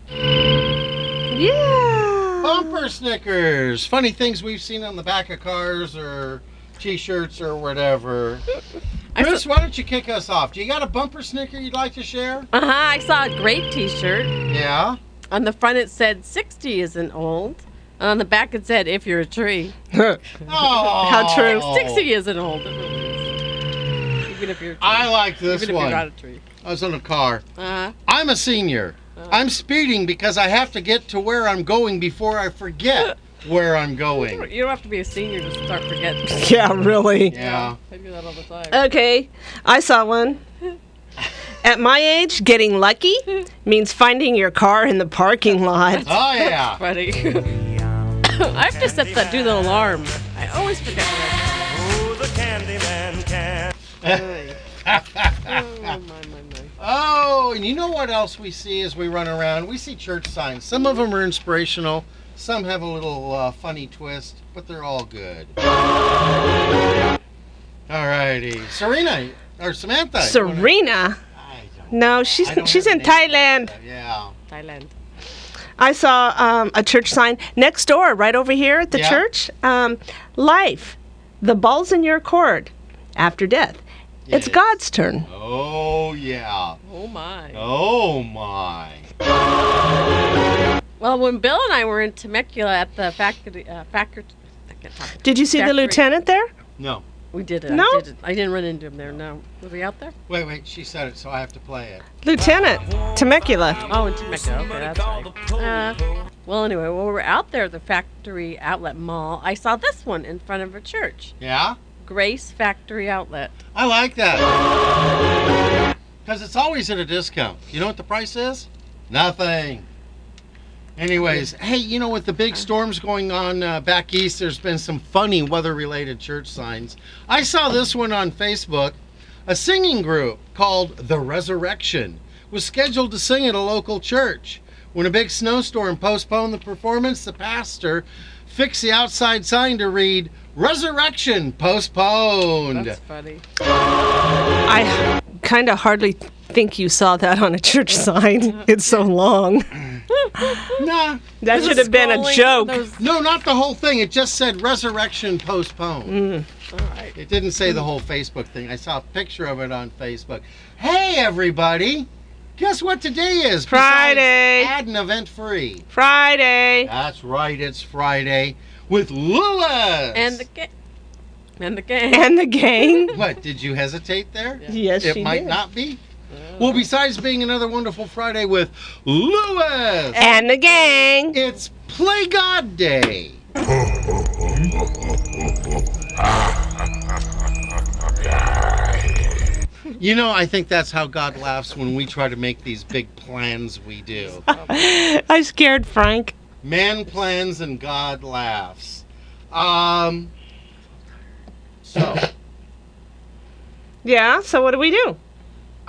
S1: Yeah.
S2: bumper snickers. Funny things we've seen on the back of cars or t-shirts or whatever. Chris, why don't you kick us off? Do you got a bumper snicker you'd like to share?
S3: Uh huh. I saw a great t shirt.
S2: Yeah.
S3: On the front, it said 60 isn't old. And on the back, it said if you're a tree.
S2: Oh,
S1: How true.
S3: 60 isn't old. It really is. Even if you're a tree.
S2: I like this
S3: Even if
S2: one.
S3: you're not a tree.
S2: I was on a car.
S3: Uh huh.
S2: I'm a senior.
S3: Oh.
S2: I'm speeding because I have to get to where I'm going before I forget where I'm going.
S3: You don't have to be a senior to start forgetting.
S1: Yeah, really.
S2: Yeah.
S3: I do that all the time.
S1: Okay, I saw one. At my age, getting lucky means finding your car in the parking lot.
S2: Oh yeah.
S3: Funny. I have to set that, do the alarm. I always forget. That. Oh, my, my, my.
S2: Oh, and you know what else we see as we run around? We see church signs. Some of them are inspirational, some have a little uh, funny twist, but they're all good. Alrighty. Serena, or Samantha. you wanna-
S1: Serena?
S2: I don't-
S1: No, she's
S2: I don't
S1: she's
S2: have
S1: in
S2: a name.
S1: Thailand.
S2: Yeah.
S3: Thailand.
S1: I saw um, a church sign next door, right over here at the
S2: Yeah.
S1: church. Um, life, the ball's in your court after death. It's
S2: Yes.
S1: God's turn.
S2: Oh, yeah.
S3: Oh my.
S2: Oh, my.
S3: Well, when Bill and I were in Temecula at the faculty, uh, faculty, I can't talk.
S1: Did you see the
S3: Factory.
S1: lieutenant there?
S2: No.
S3: We did it.
S1: No?
S3: I, did it. I didn't run into him there. No. Was he out there?
S2: Wait, wait. She said it, so I have to play it.
S1: Lieutenant Temecula.
S3: Oh, in Temecula. Okay, that's right. Uh, well, anyway, when we were out there, at the factory outlet mall, I saw this one in front of a church.
S2: Yeah?
S3: Grace Factory Outlet.
S2: I like that. Because it's always at a discount. You know what the price is? Nothing. Anyways, hey, you know, with the big storms going on uh, back east, there's been some funny weather related church signs. I saw this one on Facebook. A singing group called The Resurrection was scheduled to sing at a local church. When a big snowstorm postponed the performance, the pastor fixed the outside sign to read, Resurrection postponed.
S3: That's funny.
S1: I kind of hardly think you saw that on a church sign. It's so long.
S2: Nah.
S1: That should have been a
S3: Scrolling
S1: joke.
S3: those-
S2: No, not the whole thing. It just said resurrection postponed.
S1: Mm.
S2: It didn't say the whole Facebook thing. I saw a picture of it on Facebook. Hey, everybody. Guess what today is? Besides
S1: Friday.
S2: Ad and event free.
S1: Friday.
S2: That's right. It's Friday with Lewis.
S3: And the gang. And the gang.
S1: And the gang.
S2: What? Did you hesitate there?
S1: yes,
S2: It
S1: she
S2: might
S1: did. Oh.
S2: not be. Well, besides being another wonderful Friday with Lewis,
S1: And the gang.
S2: it's Play God Day. You know, I think that's how God laughs when we try to make these big plans we do.
S1: I scared Frank.
S2: Man plans and God laughs. Um, so,
S1: Yeah, so what do we do?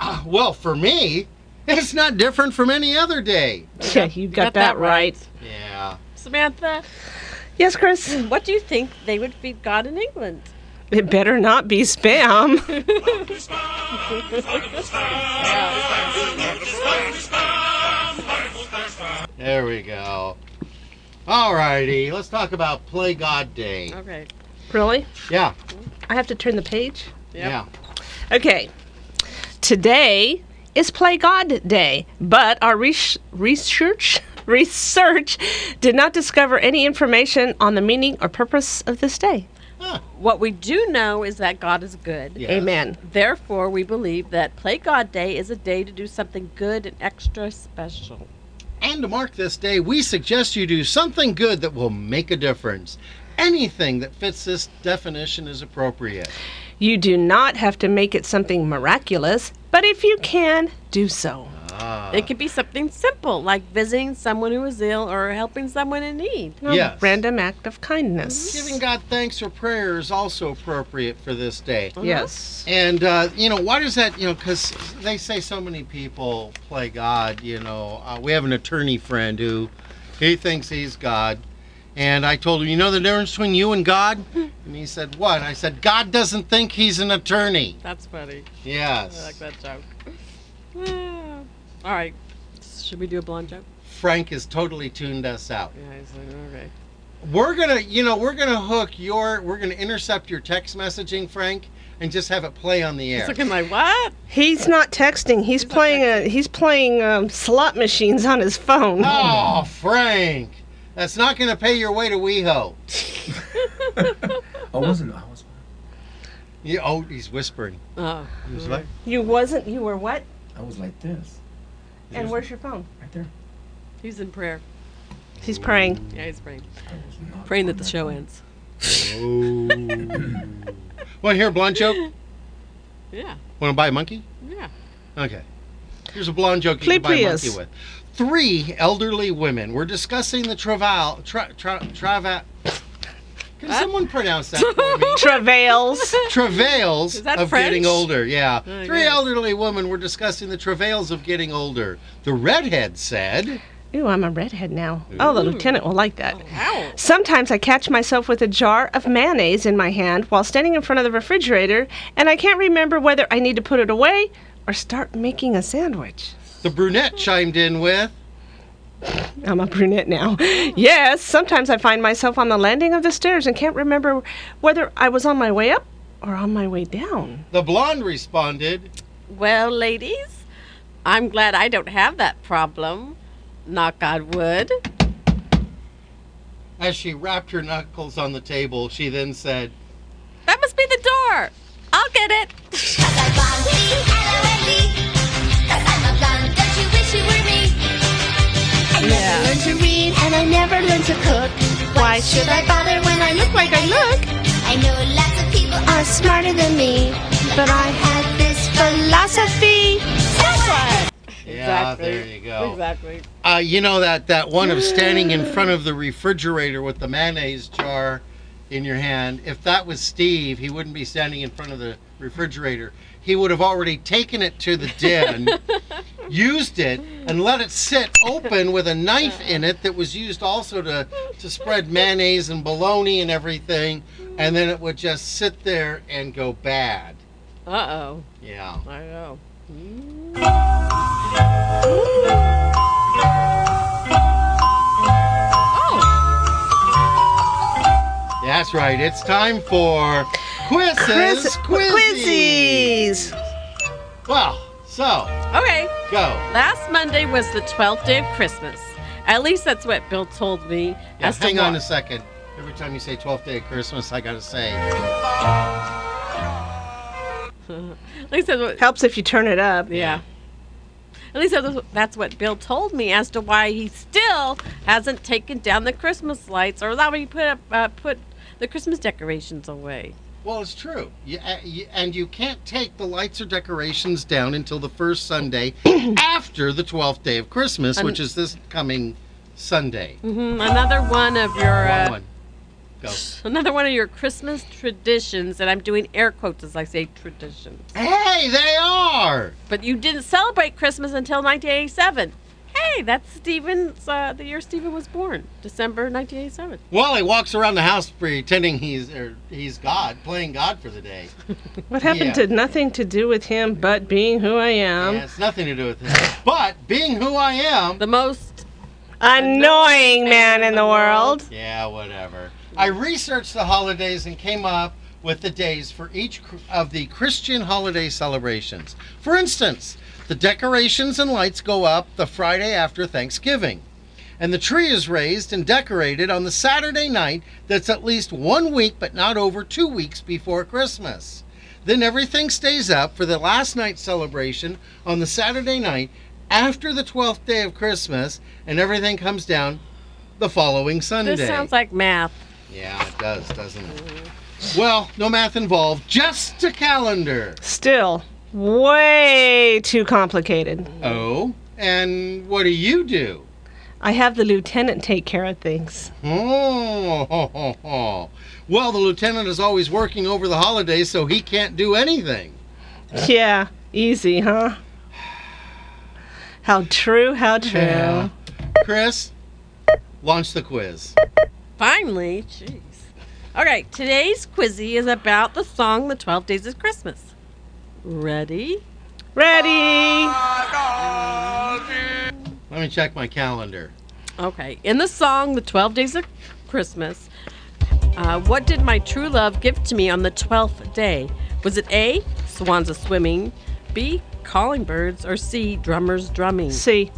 S2: ah, well, for me, it's not different from any other day.
S1: Yeah, you got, that, right.
S2: Yeah.
S3: Samantha.
S1: Yes, Chris.
S3: What do you think they would feed God in England?
S1: It better not be spam.
S2: There we go. Alrighty, let's talk about Play God Day.
S3: Okay.
S1: really?
S2: Yeah.
S1: I have to turn the page?
S2: Yeah.
S1: Okay. Today is Play God Day, but our res- research research did not discover any information on the meaning or purpose of this day.
S3: What we do know is that God is good.
S1: Yes. Amen.
S3: Therefore, we believe that Play God Day is a day to do something good and extra special.
S2: And to mark this day, we suggest you do something good that will make a difference. Anything that fits this definition is appropriate.
S1: You do not have to make it something miraculous, but if you can, do so.
S3: It could be something simple, like visiting someone who is ill or helping someone in need.
S1: A Random act of kindness.
S2: Giving God thanks or prayer is also appropriate for this day.
S1: Yes.
S2: And, uh, you know, why does that, you know, because they say so many people play God, you know. Uh, we have an attorney friend who he thinks he's God. And I told him, you know the difference between you and God? And he said, what? I said, God doesn't think he's an attorney.
S3: That's funny.
S2: Yes.
S3: I like that joke. Yeah. All right. Should we do a blonde joke?
S2: Frank has totally tuned us out.
S3: Yeah, he's like, okay.
S2: We're gonna, you know, we're gonna hook your, we're gonna intercept your text messaging, Frank, and just have it play on the air.
S3: He's looking like, what?
S1: He's not texting. He's playing a he's playing um, slot machines on his phone.
S2: Oh, Frank, that's not gonna pay your way to WeHo.
S4: I wasn't. I was.
S2: Yeah, oh, he's whispering.
S3: Oh.
S2: He was like,
S1: You wasn't. You were what?
S4: I was like this.
S1: And where's your phone?
S4: Right there.
S3: He's in prayer.
S1: He's praying.
S3: Yeah, he's praying. Praying that the show ends.
S2: "Want to oh. hear a blonde joke?
S3: Yeah.
S2: Want to buy a monkey?
S3: Yeah.
S2: Okay. Here's a blonde joke you
S1: Play
S2: can buy a monkey
S1: Prius.
S2: with. Three elderly women were discussing the travail. Tra, tra, trava, can someone pronounce that for me?
S1: Travails.
S2: travails
S1: Is that
S2: of getting
S1: French?
S2: older. Yeah.
S1: Oh,
S2: Three
S1: yes.
S2: elderly women were discussing the travails of getting older. The redhead said,
S1: Ooh, I'm a redhead now. Oh, the
S2: Ooh.
S1: lieutenant will like that. Sometimes I catch myself with a jar of mayonnaise in my hand while standing in front of the refrigerator, and I can't remember whether I need to put it away or start making a sandwich.
S2: the brunette chimed in with,
S1: I'm a brunette now. yes, sometimes I find myself on the landing of the stairs and can't remember whether I was on my way up or on my way down.
S2: the blonde responded,
S3: Well, ladies, I'm glad I don't have that problem. Knock on wood.
S2: as she rapped her knuckles on the table, she then said,
S3: That must be the door. I'll get it.
S5: Never
S2: Ah,
S5: learned to read and I never learned to cook. Why should I bother when I look like I look? I know lots of people are smarter than me, but I had this philosophy. That's why.
S2: Yeah, there you go.
S3: Exactly.
S2: Uh, you know that that one of standing in front of the refrigerator with the mayonnaise jar in your hand. If that was Steve, he wouldn't be standing in front of the refrigerator. He would have already taken it to the den, used it, and let it sit open with a knife in it that was used also to to spread mayonnaise and bologna and everything, and then it would just sit there and go bad.
S3: Uh oh.
S2: Yeah.
S3: I know.
S2: That's right. It's time for quizzes.
S1: Quiz-
S2: quizzes. Well, so
S3: Okay.
S2: go.
S3: Last Monday was the 12th day of Christmas. At least that's what Bill told me.
S2: Yeah,
S3: as to
S2: hang on
S3: why-
S2: a second. Every time you say 12th day of Christmas, I gotta say.
S3: At least that's what,
S1: Helps if you turn it up.
S3: yeah. At least that's what- that's what Bill told me as to why he still hasn't taken down the Christmas lights or that way he put up uh, put the Christmas decorations away.
S2: Well, it's true. You, uh, you, and you can't take the lights or decorations down until the first Sunday after the 12th day of Christmas,
S3: Un-
S2: which is this coming Sunday.
S3: hmm Another one of your
S2: One,
S3: uh,
S2: one. Go.
S3: another one of your Christmas traditions, and I'm doing air quotes as I say traditions.
S2: Hey, they are.
S3: But you didn't celebrate Christmas until 1987. Hey, that's Stephen's uh, the year Stephen was born, December 1987.
S2: Wally walks around the house pretending he's or he's God, playing God for the day.
S1: What happened to
S2: Yeah.
S1: nothing to do with him but being who I am?
S2: Yeah, it's nothing to do with him. But being who I am,
S3: the most
S1: annoying man in the world.
S2: Yeah, whatever. I researched the holidays and came up with the days for each cr- of the Christian holiday celebrations. For instance, the decorations and lights go up the Friday after Thanksgiving, and the tree is raised and decorated on the Saturday night that's at least one week but not over two weeks before Christmas. Then everything stays up for the last night's celebration on the Saturday night after the 12th day of Christmas, and everything comes down the following Sunday.
S3: This sounds like math.
S2: Yeah, it does, doesn't it? Well, no math involved, just a calendar.
S1: Still, way too complicated.
S2: Oh, and what do you do?
S1: I have the lieutenant take care of things.
S2: Oh, ho, ho, ho. well, the lieutenant is always working over the holidays, so he can't do anything.
S1: Yeah, easy, huh? How true, how true.
S2: Yeah. Chris, launch the quiz.
S3: Finally, jeez. All right, today's quizzy is about the song "The Twelve Days of Christmas." Ready?
S1: Ready.
S2: Let me check my calendar.
S3: Okay. In the song "The Twelve Days of Christmas," uh, what did my true love give to me on the twelfth day? Was it A. Swans a swimming, B. Calling birds, or C. Drummers
S2: Hmm.
S3: drumming?
S1: C.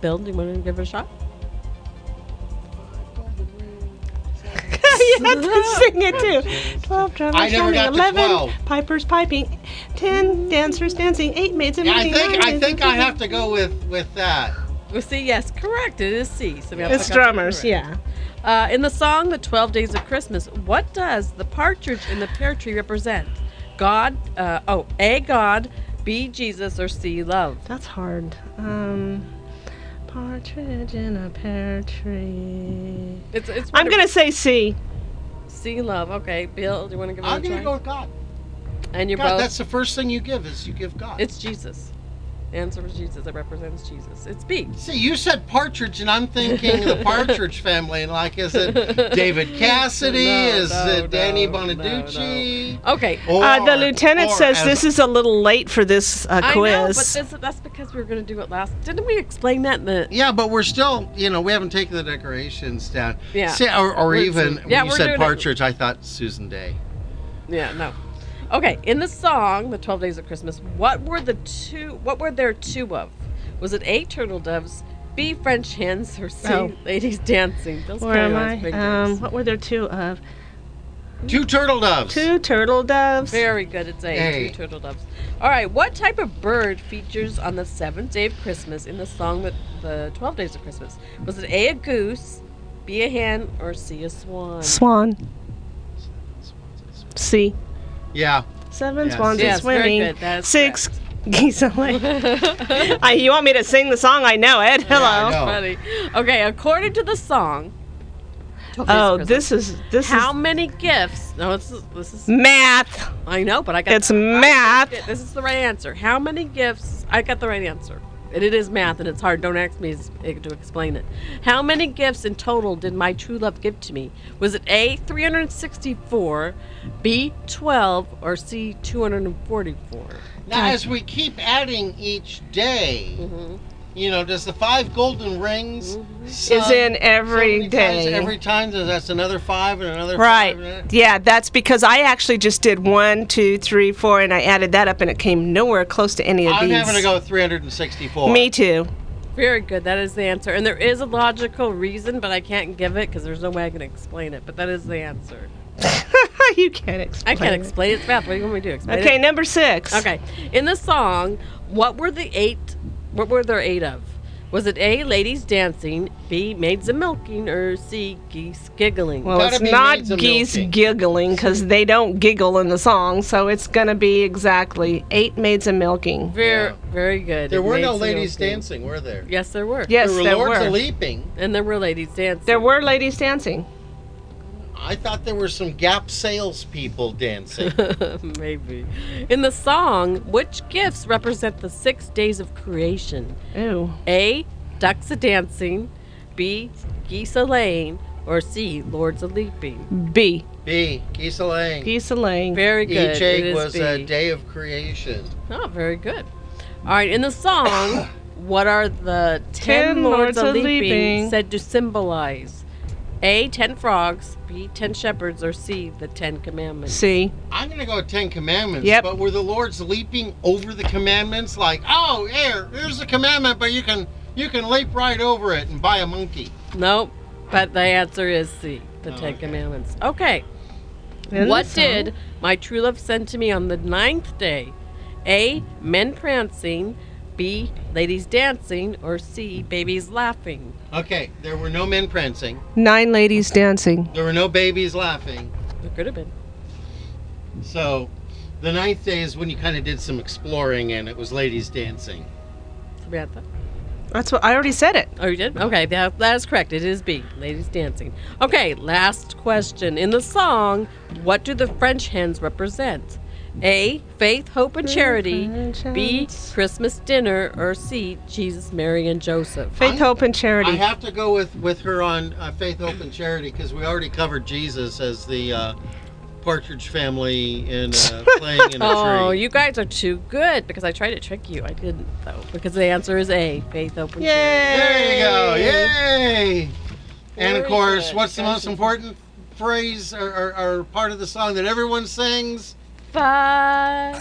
S3: Bill, do you want to give it a shot?
S1: you have to sing it too. Twelve drummers
S2: I never
S1: drumming,
S2: got to
S1: eleven
S2: 12.
S1: pipers piping, ten dancers dancing, eight maids
S3: Oh
S1: and
S2: Yeah, I think I think I have to go with with that.
S3: Well, see, yes, correct. It is C. So we have to
S1: It's
S3: look up the
S1: drummers,
S3: correct.
S1: yeah.
S3: Uh, in the song "The Twelve Days of Christmas," what does the partridge in the pear tree represent? God, uh, oh, A. God, B. Jesus, or C. Love?
S1: That's hard. Um, partridge in a pear tree.
S3: It's, it's
S1: I'm gonna say C.
S3: C. Love. Okay, Bill, do you want to give it
S2: I'm
S3: a
S2: gonna
S3: try?
S2: go with God.
S3: and you're
S2: God,
S3: both.
S2: that's the first thing you give is you give God.
S3: It's Jesus. The answer was Jesus. It represents Jesus. It's B.
S2: See, you said partridge, and I'm thinking the Partridge family. And like, is it David Cassidy?
S3: No,
S2: is
S3: no,
S2: it Danny
S3: no,
S2: Bonaducci?
S3: Okay.
S1: uh,
S2: Or-
S1: the lieutenant
S2: or
S1: says
S2: as-
S1: this is a little late for this uh,
S3: I
S1: quiz.
S3: know, but this, that's because we were going to do it last. Didn't we explain that in the?
S2: Yeah, but we're still, you know, we haven't taken the decorations down.
S3: Yeah.
S2: See, or or
S3: We're
S2: even
S3: doing-
S2: when
S3: yeah,
S2: you
S3: we're doing
S2: said
S3: it.
S2: partridge, I thought Susan Day.
S3: Yeah, no. Okay, in the song "The Twelve Days of Christmas," what were the two? What were there two of? Was it A. Turtle doves, B. French hens, or C.
S1: Oh.
S3: Ladies dancing? Those
S1: Where am
S3: Caroline's big
S1: I? Um,
S3: names.
S1: what were there two of?
S2: Two turtle doves.
S1: Two turtle doves.
S3: Very good. It's A.
S1: Hey.
S3: Two turtle doves. All right. What type of bird features on the seventh day of Christmas in the song "The, the Twelve Days of Christmas"? Was it A. A goose, B. A hen, or C. A swan?
S1: Swan. C.
S2: Yeah.
S1: Seven
S3: Yes.
S1: swans
S3: Yes,
S1: are
S3: very
S1: swimming.
S3: good. That is
S1: Six geese away. I, you want me to sing the song? I know it. Hello.
S3: Funny. Okay, according to the song.
S1: Oh, this is this
S3: How
S1: is
S3: many gifts? No, this is this is
S1: math.
S3: I know, but I got
S1: It's
S3: I didn't
S1: math.
S3: get- This is the right answer. How many gifts? I got the right answer. And it is math, and it's hard. Don't ask me s- to explain it. How many gifts in total did my true love give to me? Was it A, 364, B, 12, or C, 244?
S2: Now, as we keep adding each day, you know, does the five golden rings
S1: Is in every
S2: Mm-hmm. every day?
S1: day.
S2: every time that's another five and another
S1: Right.
S2: five and another-
S1: Yeah, that's because I actually just did one, two, three, four, and I added that up, and it came nowhere close to any of
S2: I'm
S1: these.
S2: having to go with 364.
S1: Me too.
S3: Very good. That is the answer. And there is a logical reason, but I can't give it because there's no way I can explain it. But that is the answer.
S1: you can't explain.
S3: I can't
S1: it.
S3: explain it. It's math. What do you want me to do? Explain
S1: Okay,
S3: it?
S1: number six.
S3: Okay. In the song, what were the eight? What were there eight of? Was it A, ladies dancing, B, maids a milking, or C, geese giggling?
S1: Well, it's not geese giggling because they don't giggle in the song, so it's going to be exactly eight maids a milking.
S3: Very, very good.
S2: There were
S3: Maids
S2: no
S3: a
S2: ladies
S3: milking.
S2: dancing, were there?
S3: Yes, there were.
S1: Yes, There were there lords
S2: a were. leaping.
S3: And there were ladies dancing.
S1: There were ladies dancing.
S2: I thought there were some Gap salespeople dancing.
S3: Maybe. In the song, which gifts represent the six days of creation?
S1: Ew.
S3: A. Ducks a dancing. B. Geese a laying. Or C. Lords a
S1: Mm.
S3: leaping.
S1: B.
S2: B. Geese a laying.
S1: Geese a laying.
S3: Very good.
S2: Each
S3: it
S2: egg
S3: is
S2: E was
S3: B.
S2: a day of creation.
S3: Oh, very good. All right. In the song, what are the ten,
S1: Ten
S3: lords,
S1: lords
S3: a
S1: a-leaping
S3: leaping, said to symbolize? A. Ten frogs. B. Ten shepherds. Or C. The Ten Commandments.
S1: C.
S2: I'm going to go with Ten Commandments.
S3: Yep.
S2: But were the Lord's leaping over the commandments? Like, oh, here, here's the commandment, but you can you can leap right over it and buy a monkey.
S3: Nope. But the answer is C. The Ten Commandments. Okay.
S2: Isn't
S3: what
S2: it so?
S3: did my true love send to me on the ninth day? A. Men prancing. B. Ladies dancing. Or C. Babies laughing.
S2: Okay, there were no men prancing.
S1: Nine ladies dancing.
S2: There were no babies laughing.
S3: There could have been.
S2: So, the ninth day is when you kind of did some exploring, and it was ladies dancing.
S3: Samantha.
S1: That's what I already said it.
S3: Oh, you did? Okay, that, that is correct. It is B. Ladies dancing. Okay, last question. In the song, what do the French hens represent? A. Faith, hope, and charity. B. Christmas dinner. Or C. Jesus, Mary, and Joseph.
S1: Faith, hope, and charity.
S2: I have to go with with her on uh, faith, hope, and charity because we already covered Jesus as the uh, Partridge Family in uh, playing in a
S3: Oh,
S2: tree.
S3: you guys are too good because I tried to trick you. I didn't though because the answer is A. Faith, hope, and
S2: There you go!
S3: charity.
S2: Yay! and of
S3: Very
S2: course,
S3: good.
S2: what's the most important phrase or, or, or part of the song that everyone sings?
S3: Five.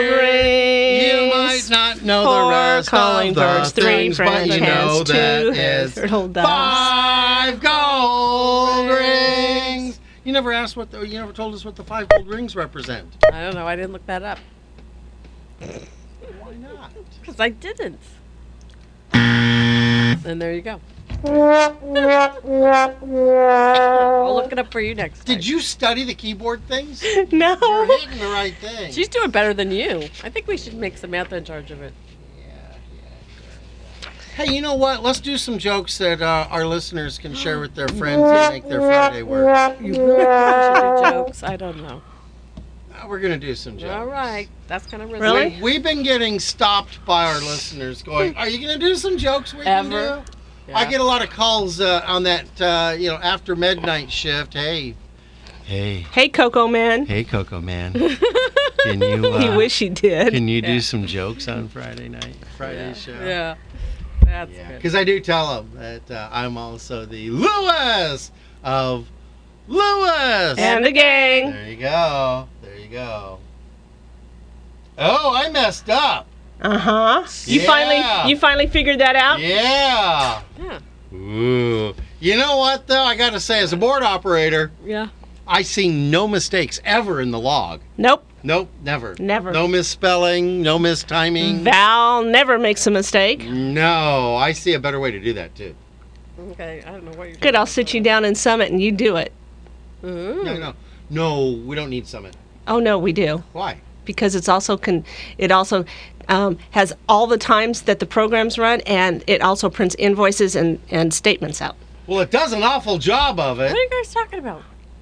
S2: You might not know the rest
S1: calling
S2: of the
S1: birds, three
S2: things, but
S1: French
S2: you know
S1: hens,
S2: that
S1: two
S2: is
S1: turtle doves.
S2: five gold rings. You never asked what the, you never told us what the five gold rings represent.
S3: I don't know. I didn't look that up.
S2: Why not?
S3: Because I didn't. And there you go. We'll look it up for you next time.
S2: Did you study the keyboard things?
S1: No.
S2: You're hitting the right thing.
S3: She's doing better than you. I think we should make Samantha in charge of it.
S2: Hey, you know what? Let's do some jokes that uh, our listeners can share with their friends and make their Friday work.
S3: You really appreciate the jokes. I don't know.
S2: Uh, We're gonna do some jokes.
S3: All right. That's kind of
S2: We, we've been getting stopped by our listeners going, Are you going to do some jokes we
S3: Ever?
S2: can do? I get a lot of calls uh, on that, uh, you know, after midnight shift. Hey. Hey.
S1: Hey, Coco Man.
S2: Hey, Coco Man. Can you. uh,
S1: You wish you did.
S2: Can you do some jokes on Friday night? Friday show.
S3: Yeah. That's good.
S2: Because I do tell them that uh, I'm also the Lewis of Lewis.
S1: And the gang.
S2: There you go. There you go. Oh, I messed up.
S1: Uh huh. You
S2: Uh-huh. Yeah.
S1: finally, you finally figured that out.
S2: Yeah.
S3: Oh. Yeah.
S2: Ooh. You know what though? I got to say, as a board operator,
S3: Yeah.
S2: I see no mistakes ever in the log.
S1: Nope.
S2: Nope. Never.
S1: Never.
S2: No misspelling. No
S3: Mm-hmm.
S2: mistiming.
S1: Val never makes a mistake.
S2: No. I see a better way to do that too.
S3: Okay. I don't know what you're.
S1: Good. I'll sit you down in Summit and you do it.
S3: Ooh.
S2: No. No. No. We don't need summit.
S1: Oh no, we do
S2: Why?
S1: because it's also can. It also um, has all the times that the programs run, and it also prints invoices and and statements out.
S2: Well, it does an awful job of
S3: What
S2: it.
S3: are you guys talking about?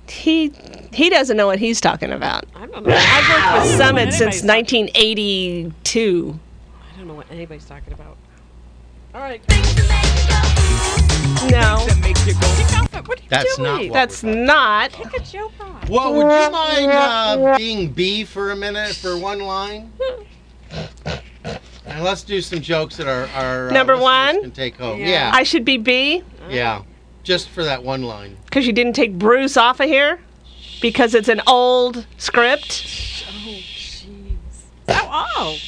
S1: He he doesn't know what he's talking about.
S3: I don't know. I've worked
S1: With Summit since
S3: I
S1: 1982.
S3: don't know what anybody's talking about. All right.
S1: No,
S2: That's not what
S1: that's not.
S3: Take a joke off.
S2: Well, would you mind uh, being B for a minute for one line? And let's do some jokes that our, our uh,
S1: Number
S2: listeners
S1: one?
S2: can take home.
S1: Yeah.
S2: Yeah,
S1: I should be B
S2: yeah, just for that one line.
S1: because you didn't take Bruce off of here because it's an old script.
S3: Oh.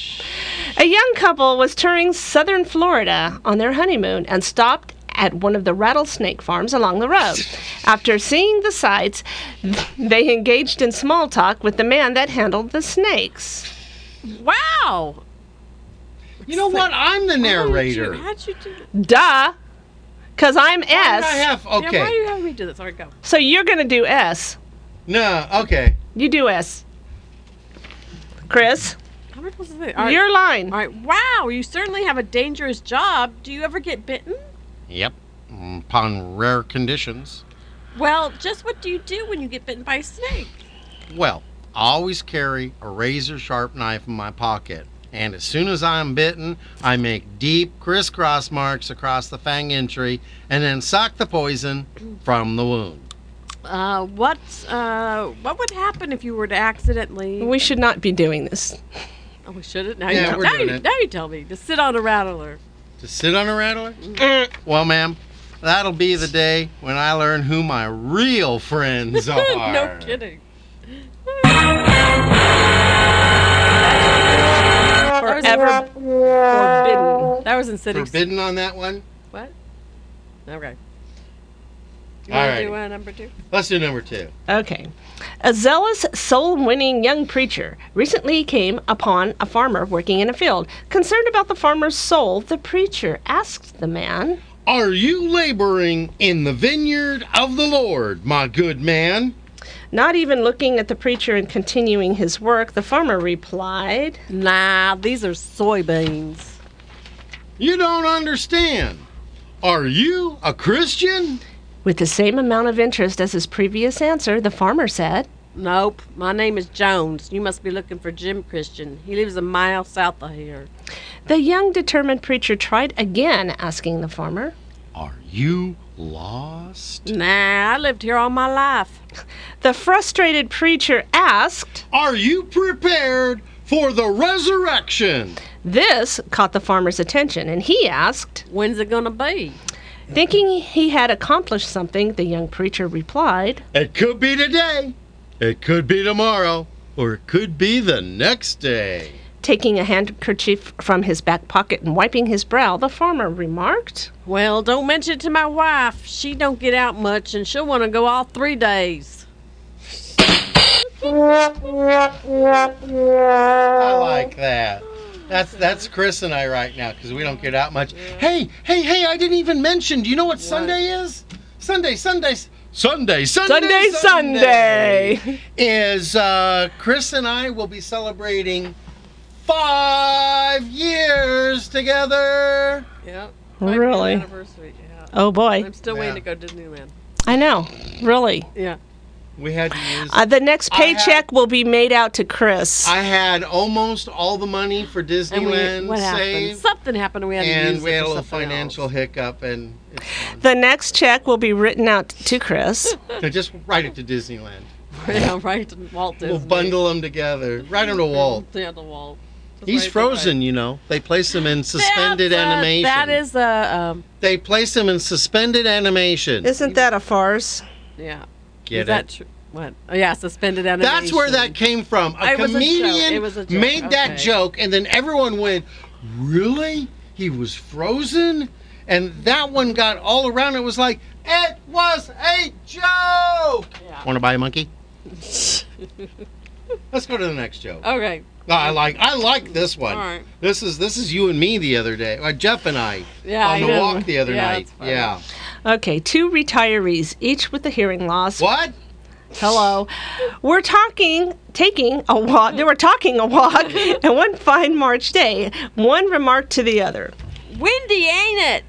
S1: A young couple was touring southern Florida on their honeymoon and stopped at one of the rattlesnake farms along the road. After seeing the sights, they engaged in small talk with the man that handled the snakes.
S3: Wow.
S2: You know what? I'm the narrator.
S3: How'd you do
S1: Duh. Because I'm S.
S2: Why did I have-
S3: Yeah,
S2: okay.
S3: why are you having me do this? All right, go.
S1: So you're going to do S.
S2: No, okay.
S1: You do S. Chris?
S3: How am I supposed to say?
S1: Your line.
S3: All right. Wow, you certainly have a dangerous job. Do you ever get bitten?
S2: Yep. Mm, Upon rare conditions.
S3: Well, just what do you do when you get bitten by a snake?
S2: Well, I always carry a razor sharp knife in my pocket. And as soon as I'm bitten, I make deep crisscross marks across the fang entry and then suck the poison from the wound.
S3: Uh, what uh, what would happen if you were to accidentally?
S1: We should not be doing this.
S3: Oh, we shouldn't. Now
S2: Yeah,
S3: you tell,
S2: we're
S3: now
S2: doing
S3: you,
S2: it.
S3: now you tell me to sit on a rattler.
S2: To sit on a rattler?
S3: Mm.
S2: Well, ma'am, that'll be the day when I learn who my real friends are.
S3: no kidding.
S1: Forever
S3: forbidden. That was in city.
S2: Forbidden on that one?
S3: What? Okay. You
S2: All
S3: want
S2: right.
S3: to do uh, number two?
S2: Let's do number two.
S1: Okay. A zealous, soul winning young preacher recently came upon a farmer working in a field. Concerned about the farmer's soul, the preacher asked the man,
S2: Are you laboring in the vineyard of the Lord, my good man?
S1: Not even looking at the preacher and continuing his work, the farmer replied,
S3: Nah, these are soybeans.
S2: You don't understand. Are you a Christian?
S1: With the same amount of interest as his previous answer, the farmer said,
S3: Nope. My name is Jones. You must be looking for Jim Christian. He lives a mile south of here.
S1: The young, determined preacher tried again, asking the farmer,
S2: Are you lost?
S3: Nah, I lived here all my life.
S1: The frustrated preacher asked,
S2: Are you prepared for the resurrection?
S1: This caught the farmer's attention, and he asked,
S3: When's it gonna be?
S1: Thinking he had accomplished something, the young preacher replied,
S2: It could be today, it could be tomorrow, or it could be the next day.
S1: Taking a handkerchief from his back pocket and wiping his brow, the farmer remarked,
S3: Well, don't mention it to my wife. She don't get out much, and she'll want to go all three days.
S2: I
S3: Oh.
S2: like that. That's that's Chris and I right now because we don't get out much. Hey, hey, hey! I didn't even mention. Do you know what, Sunday is? Sunday, Sunday, S- Sunday, Sunday,
S1: Sunday, Sunday.
S2: is uh, Chris and I will be celebrating five years together.
S3: Yep.
S1: Really?
S3: Anniversary. Yeah.
S1: Oh, boy.
S3: I'm still waiting to go to Disneyland.
S1: I know, really.
S3: Yeah.
S2: We had to use.
S1: Uh, the next
S2: I had-
S1: paycheck will be made out to Chris.
S2: I had almost all the money for
S3: And we,
S2: Disneyland
S3: what happened?
S2: saved,
S3: Something happened. and We had to
S2: and
S3: use
S2: we
S3: it
S2: had a
S3: for
S2: little
S3: something else.
S2: financial hiccup, and
S1: the next check will be written out to Chris.
S2: no, just write it to Disneyland.
S3: yeah, right. and Walt Disney.
S2: We'll bundle them together. Right on the wall.
S3: Yeah, the Walt. Just
S2: He's
S3: right there,
S2: frozen, you know. They place him in suspended
S3: That's a-
S2: animation.
S3: That is a um,
S2: They place him in suspended animation.
S1: Isn't that a farce?
S3: yeah.
S2: Get
S3: is That
S2: it?
S3: tr- what? Oh, yeah, suspended animation.
S2: That's where that came from. A
S3: It was a joke.
S2: comedian
S3: It was a joke.
S2: made that
S3: Okay.
S2: joke, and then everyone went, "Really? He was frozen?" And that one got all around. It was like, "It was a joke." Want to buy a monkey? Let's go to the next joke.
S3: Okay.
S2: No, I like I like this one.
S3: All right.
S2: This is this is you and me the other day. Uh, Jeff and I
S3: Yeah,
S2: on
S3: I
S2: the
S3: know.
S2: walk the other
S3: Yeah,
S2: night.
S3: that's funny.
S2: Yeah.
S1: Okay, two retirees, each with a hearing loss.
S2: What?
S1: Hello. We're talking, taking a walk. They were talking a walk, and one fine March day, one remarked to the other.
S3: Windy, ain't it?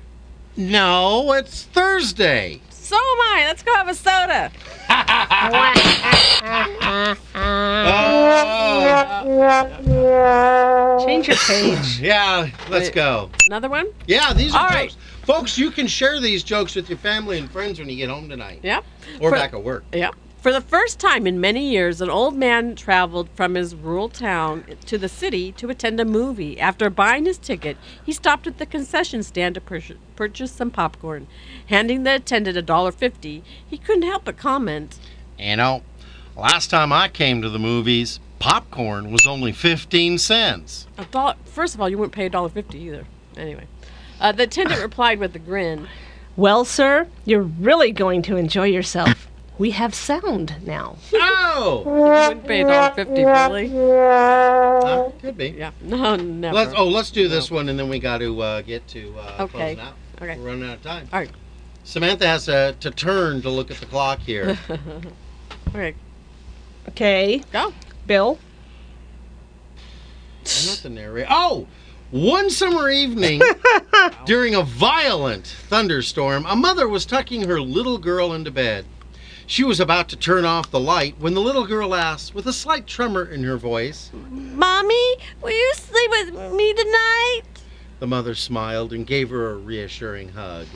S2: No, it's Thursday.
S3: So am I. Let's go have a soda. Oh.
S2: Oh.
S1: Change your page.
S2: Yeah, let's go.
S3: Another one?
S2: Yeah, these are
S3: All
S2: jokes.
S3: right.
S2: Folks, you can share these jokes with your family and friends when you get home tonight.
S3: Yep.
S2: Or
S3: For-
S2: back at work.
S3: Yep. For the first time in many years, an old man traveled from his rural town to the city to attend a movie. After buying his ticket, he stopped at the concession stand to pur- purchase some popcorn. Handing the attendant a dollar fifty, he couldn't help but comment,
S2: You know, last time I came to the movies, popcorn was only 15 cents.
S3: A dollar. First of all, you wouldn't pay a dollar fifty either. Anyway, uh, the attendant replied with a grin.
S1: Well, sir, you're really going to enjoy yourself. We have sound now.
S2: Oh!
S3: You wouldn't pay $1.50, really?
S2: Huh? uh, could be.
S3: Yeah. No, never.
S2: Let's, oh, let's do this one, and then we got to uh, get to uh,
S3: Okay.
S2: closing out.
S3: Okay.
S2: We're running out of time.
S3: All right.
S2: Samantha has to, to turn to look at the clock here.
S3: Okay.
S1: Okay.
S3: Go.
S1: Bill.
S2: I'm not the narrator. Oh, one summer evening during a violent thunderstorm, a mother was tucking her little girl into bed. She was about to turn off the light when the little girl asked, with a slight tremor in her voice,
S14: Mommy, will you sleep with me tonight?
S2: the mother smiled and gave her a reassuring hug.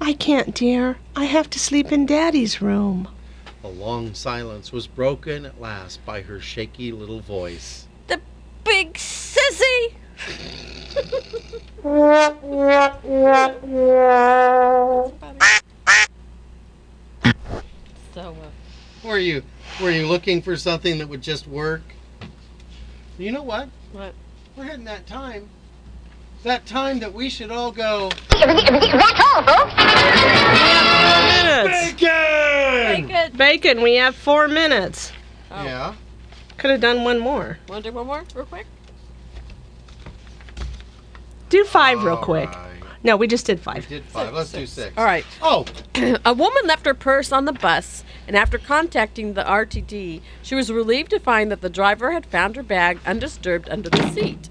S1: I can't, dear. I have to sleep in Daddy's room.
S2: A long silence was broken at last by her shaky little voice.
S14: Big sissy!
S3: So, uh,
S2: Were you were you looking for something that would just work? You know what?
S3: What?
S2: We're hitting that time. That time that we should all go.
S1: Minutes.
S2: Bacon!
S3: Bacon.
S1: Bacon, we have four minutes.
S3: Oh.
S2: Yeah.
S1: Could have done one more.
S3: want to do one more real quick?
S1: Do five real quick. No, we just did five.
S2: Did five. Let's do six.
S3: All right.
S2: Oh.
S3: a woman left her purse on the bus, and after contacting the RTD, she was relieved to find that the driver had found her bag undisturbed under the seat.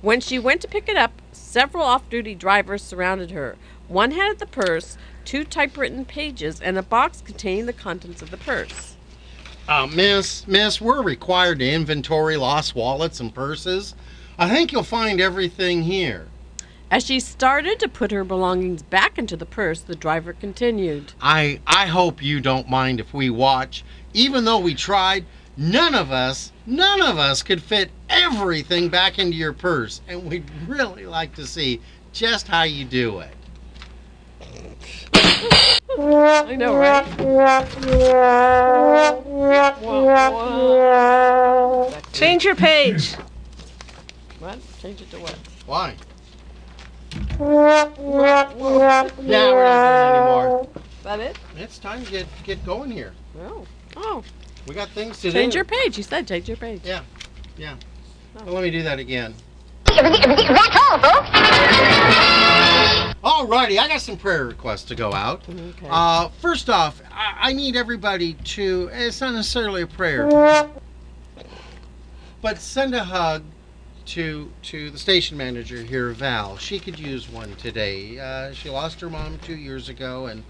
S3: When she went to pick it up, several off duty drivers surrounded her. One had the purse, two typewritten pages, and a box containing the contents of the purse.
S2: Uh, miss, miss, we're required to inventory lost wallets and purses. I think you'll find everything here.
S3: As she started to put her belongings back into the purse, the driver continued.
S2: I I hope you don't mind if we watch. Even though we tried, none of us, none of us could fit everything back into your purse, and we'd really like to see just how you do it.
S3: I know, right?
S1: Change your page.
S3: What? Change it to what?
S2: Why? Yeah, we're not doing it anymore.
S3: Is that it?
S2: It's time to get get going here.
S3: Oh. Oh.
S2: We got things to do.
S3: Change your page. You said change your page.
S2: Yeah. Yeah. Well, let me do that again. Alrighty, I got some prayer requests to go out.
S3: Okay.
S2: Uh, first off, I, I need everybody to, it's not necessarily a prayer, but send a hug to to the station manager here, Val. She could use one today. Uh, she lost her mom two years ago, and,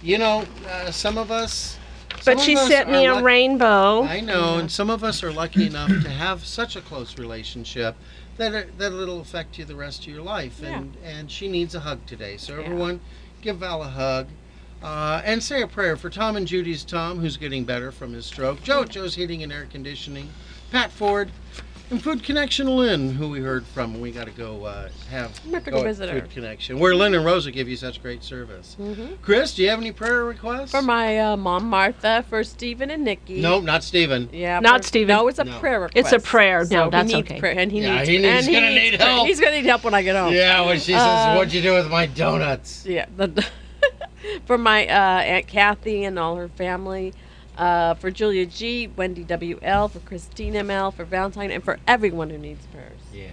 S2: you know, uh, some of us.
S1: But
S2: some of
S1: she
S2: us
S1: sent
S2: are
S1: me a
S2: luck-
S1: rainbow.
S2: I know, and some of us are lucky enough to have such a close relationship that it, that it'll affect you the rest of your life. And and she needs a hug today. So everyone, give Val a hug, uh, and say a prayer for Tom and Judy's Tom, who's getting better from his stroke. Joe at Joe's Heating and Air Conditioning. Pat Ford. And Food Connection Lynn, who we heard from, we got to go uh, have,
S3: I'm gonna have to go
S2: at
S3: visit her.
S2: Food Connection, where Lynn and Rosa give you such great service.
S3: Mm-hmm.
S2: Chris, do you have any prayer requests?
S3: For my uh, mom, Martha, for Stephen and Nikki.
S2: no, not Stephen.
S3: Yeah,
S1: Not
S3: for-
S1: Stephen.
S3: No, it's a
S2: No.
S3: prayer request.
S1: It's a prayer. No,
S3: So he
S1: that's
S3: needs
S1: okay.
S3: prayer, and he
S2: Yeah,
S3: needs.
S2: he needs-
S3: and he
S2: gonna
S3: needs
S2: need
S3: prayer.
S2: help.
S3: He's gonna need help when I get home.
S2: Yeah, when she says,
S3: Uh,
S2: "What'd you do with my donuts?"
S3: Yeah, the, for my uh, Aunt Kathy and all her family, uh, for Julia G, Wendy W L, for Christina M L, for Valentine, and for everyone who needs prayers.
S2: Yeah.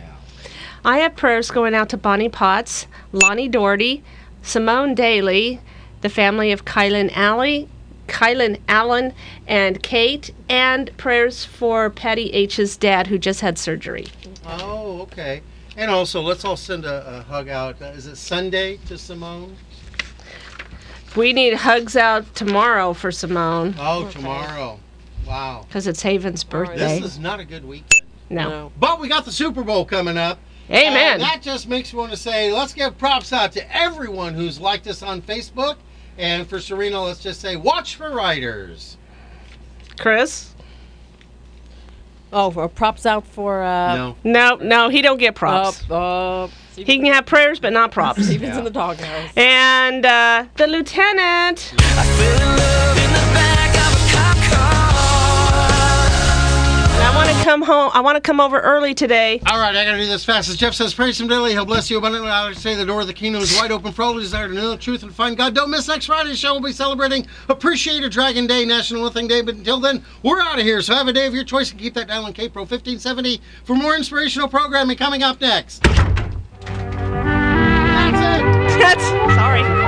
S1: I have prayers going out to Bonnie Potts, Lonnie Doherty, Simone Daly, the family of Kylan Alley, Kylan Allen, and Kate, and prayers for Patty H's dad who just had surgery.
S2: Oh, okay. And also, let's all send a, a hug out. Uh, Is it Sunday to Simone?
S1: We need hugs out tomorrow for Simone
S2: Oh, tomorrow. Wow.
S1: because it's Haven's birthday.
S2: This is not a good weekend.
S1: no.
S2: But we got the Super Bowl coming up.
S1: Amen.
S2: And that just makes me want to say, let's give props out to everyone who's liked us on Facebook. And for Serena, let's just say, watch for Riders.
S1: Chris?
S3: Oh, for props out for. Uh,
S2: No.
S1: No, no, he don't get props.
S3: Uh, uh,
S1: He can have prayers, but not props.
S3: Stephen's in the doghouse.
S1: And uh, the lieutenant. I want to come home. I want to come over early today.
S2: All right, I gotta do this fast. As Jeff says, praise him daily. He'll bless you abundantly. I would say the door of the kingdom is wide open for all who desire to know the truth and find God. Don't miss next Friday's show. We'll be celebrating Appreciator Dragon Day, National Nothing Day. But until then, we're out of here. So have a day of your choice and keep that dial on K Pro 1570 for more inspirational programming coming up next. That's it.
S1: That's sorry.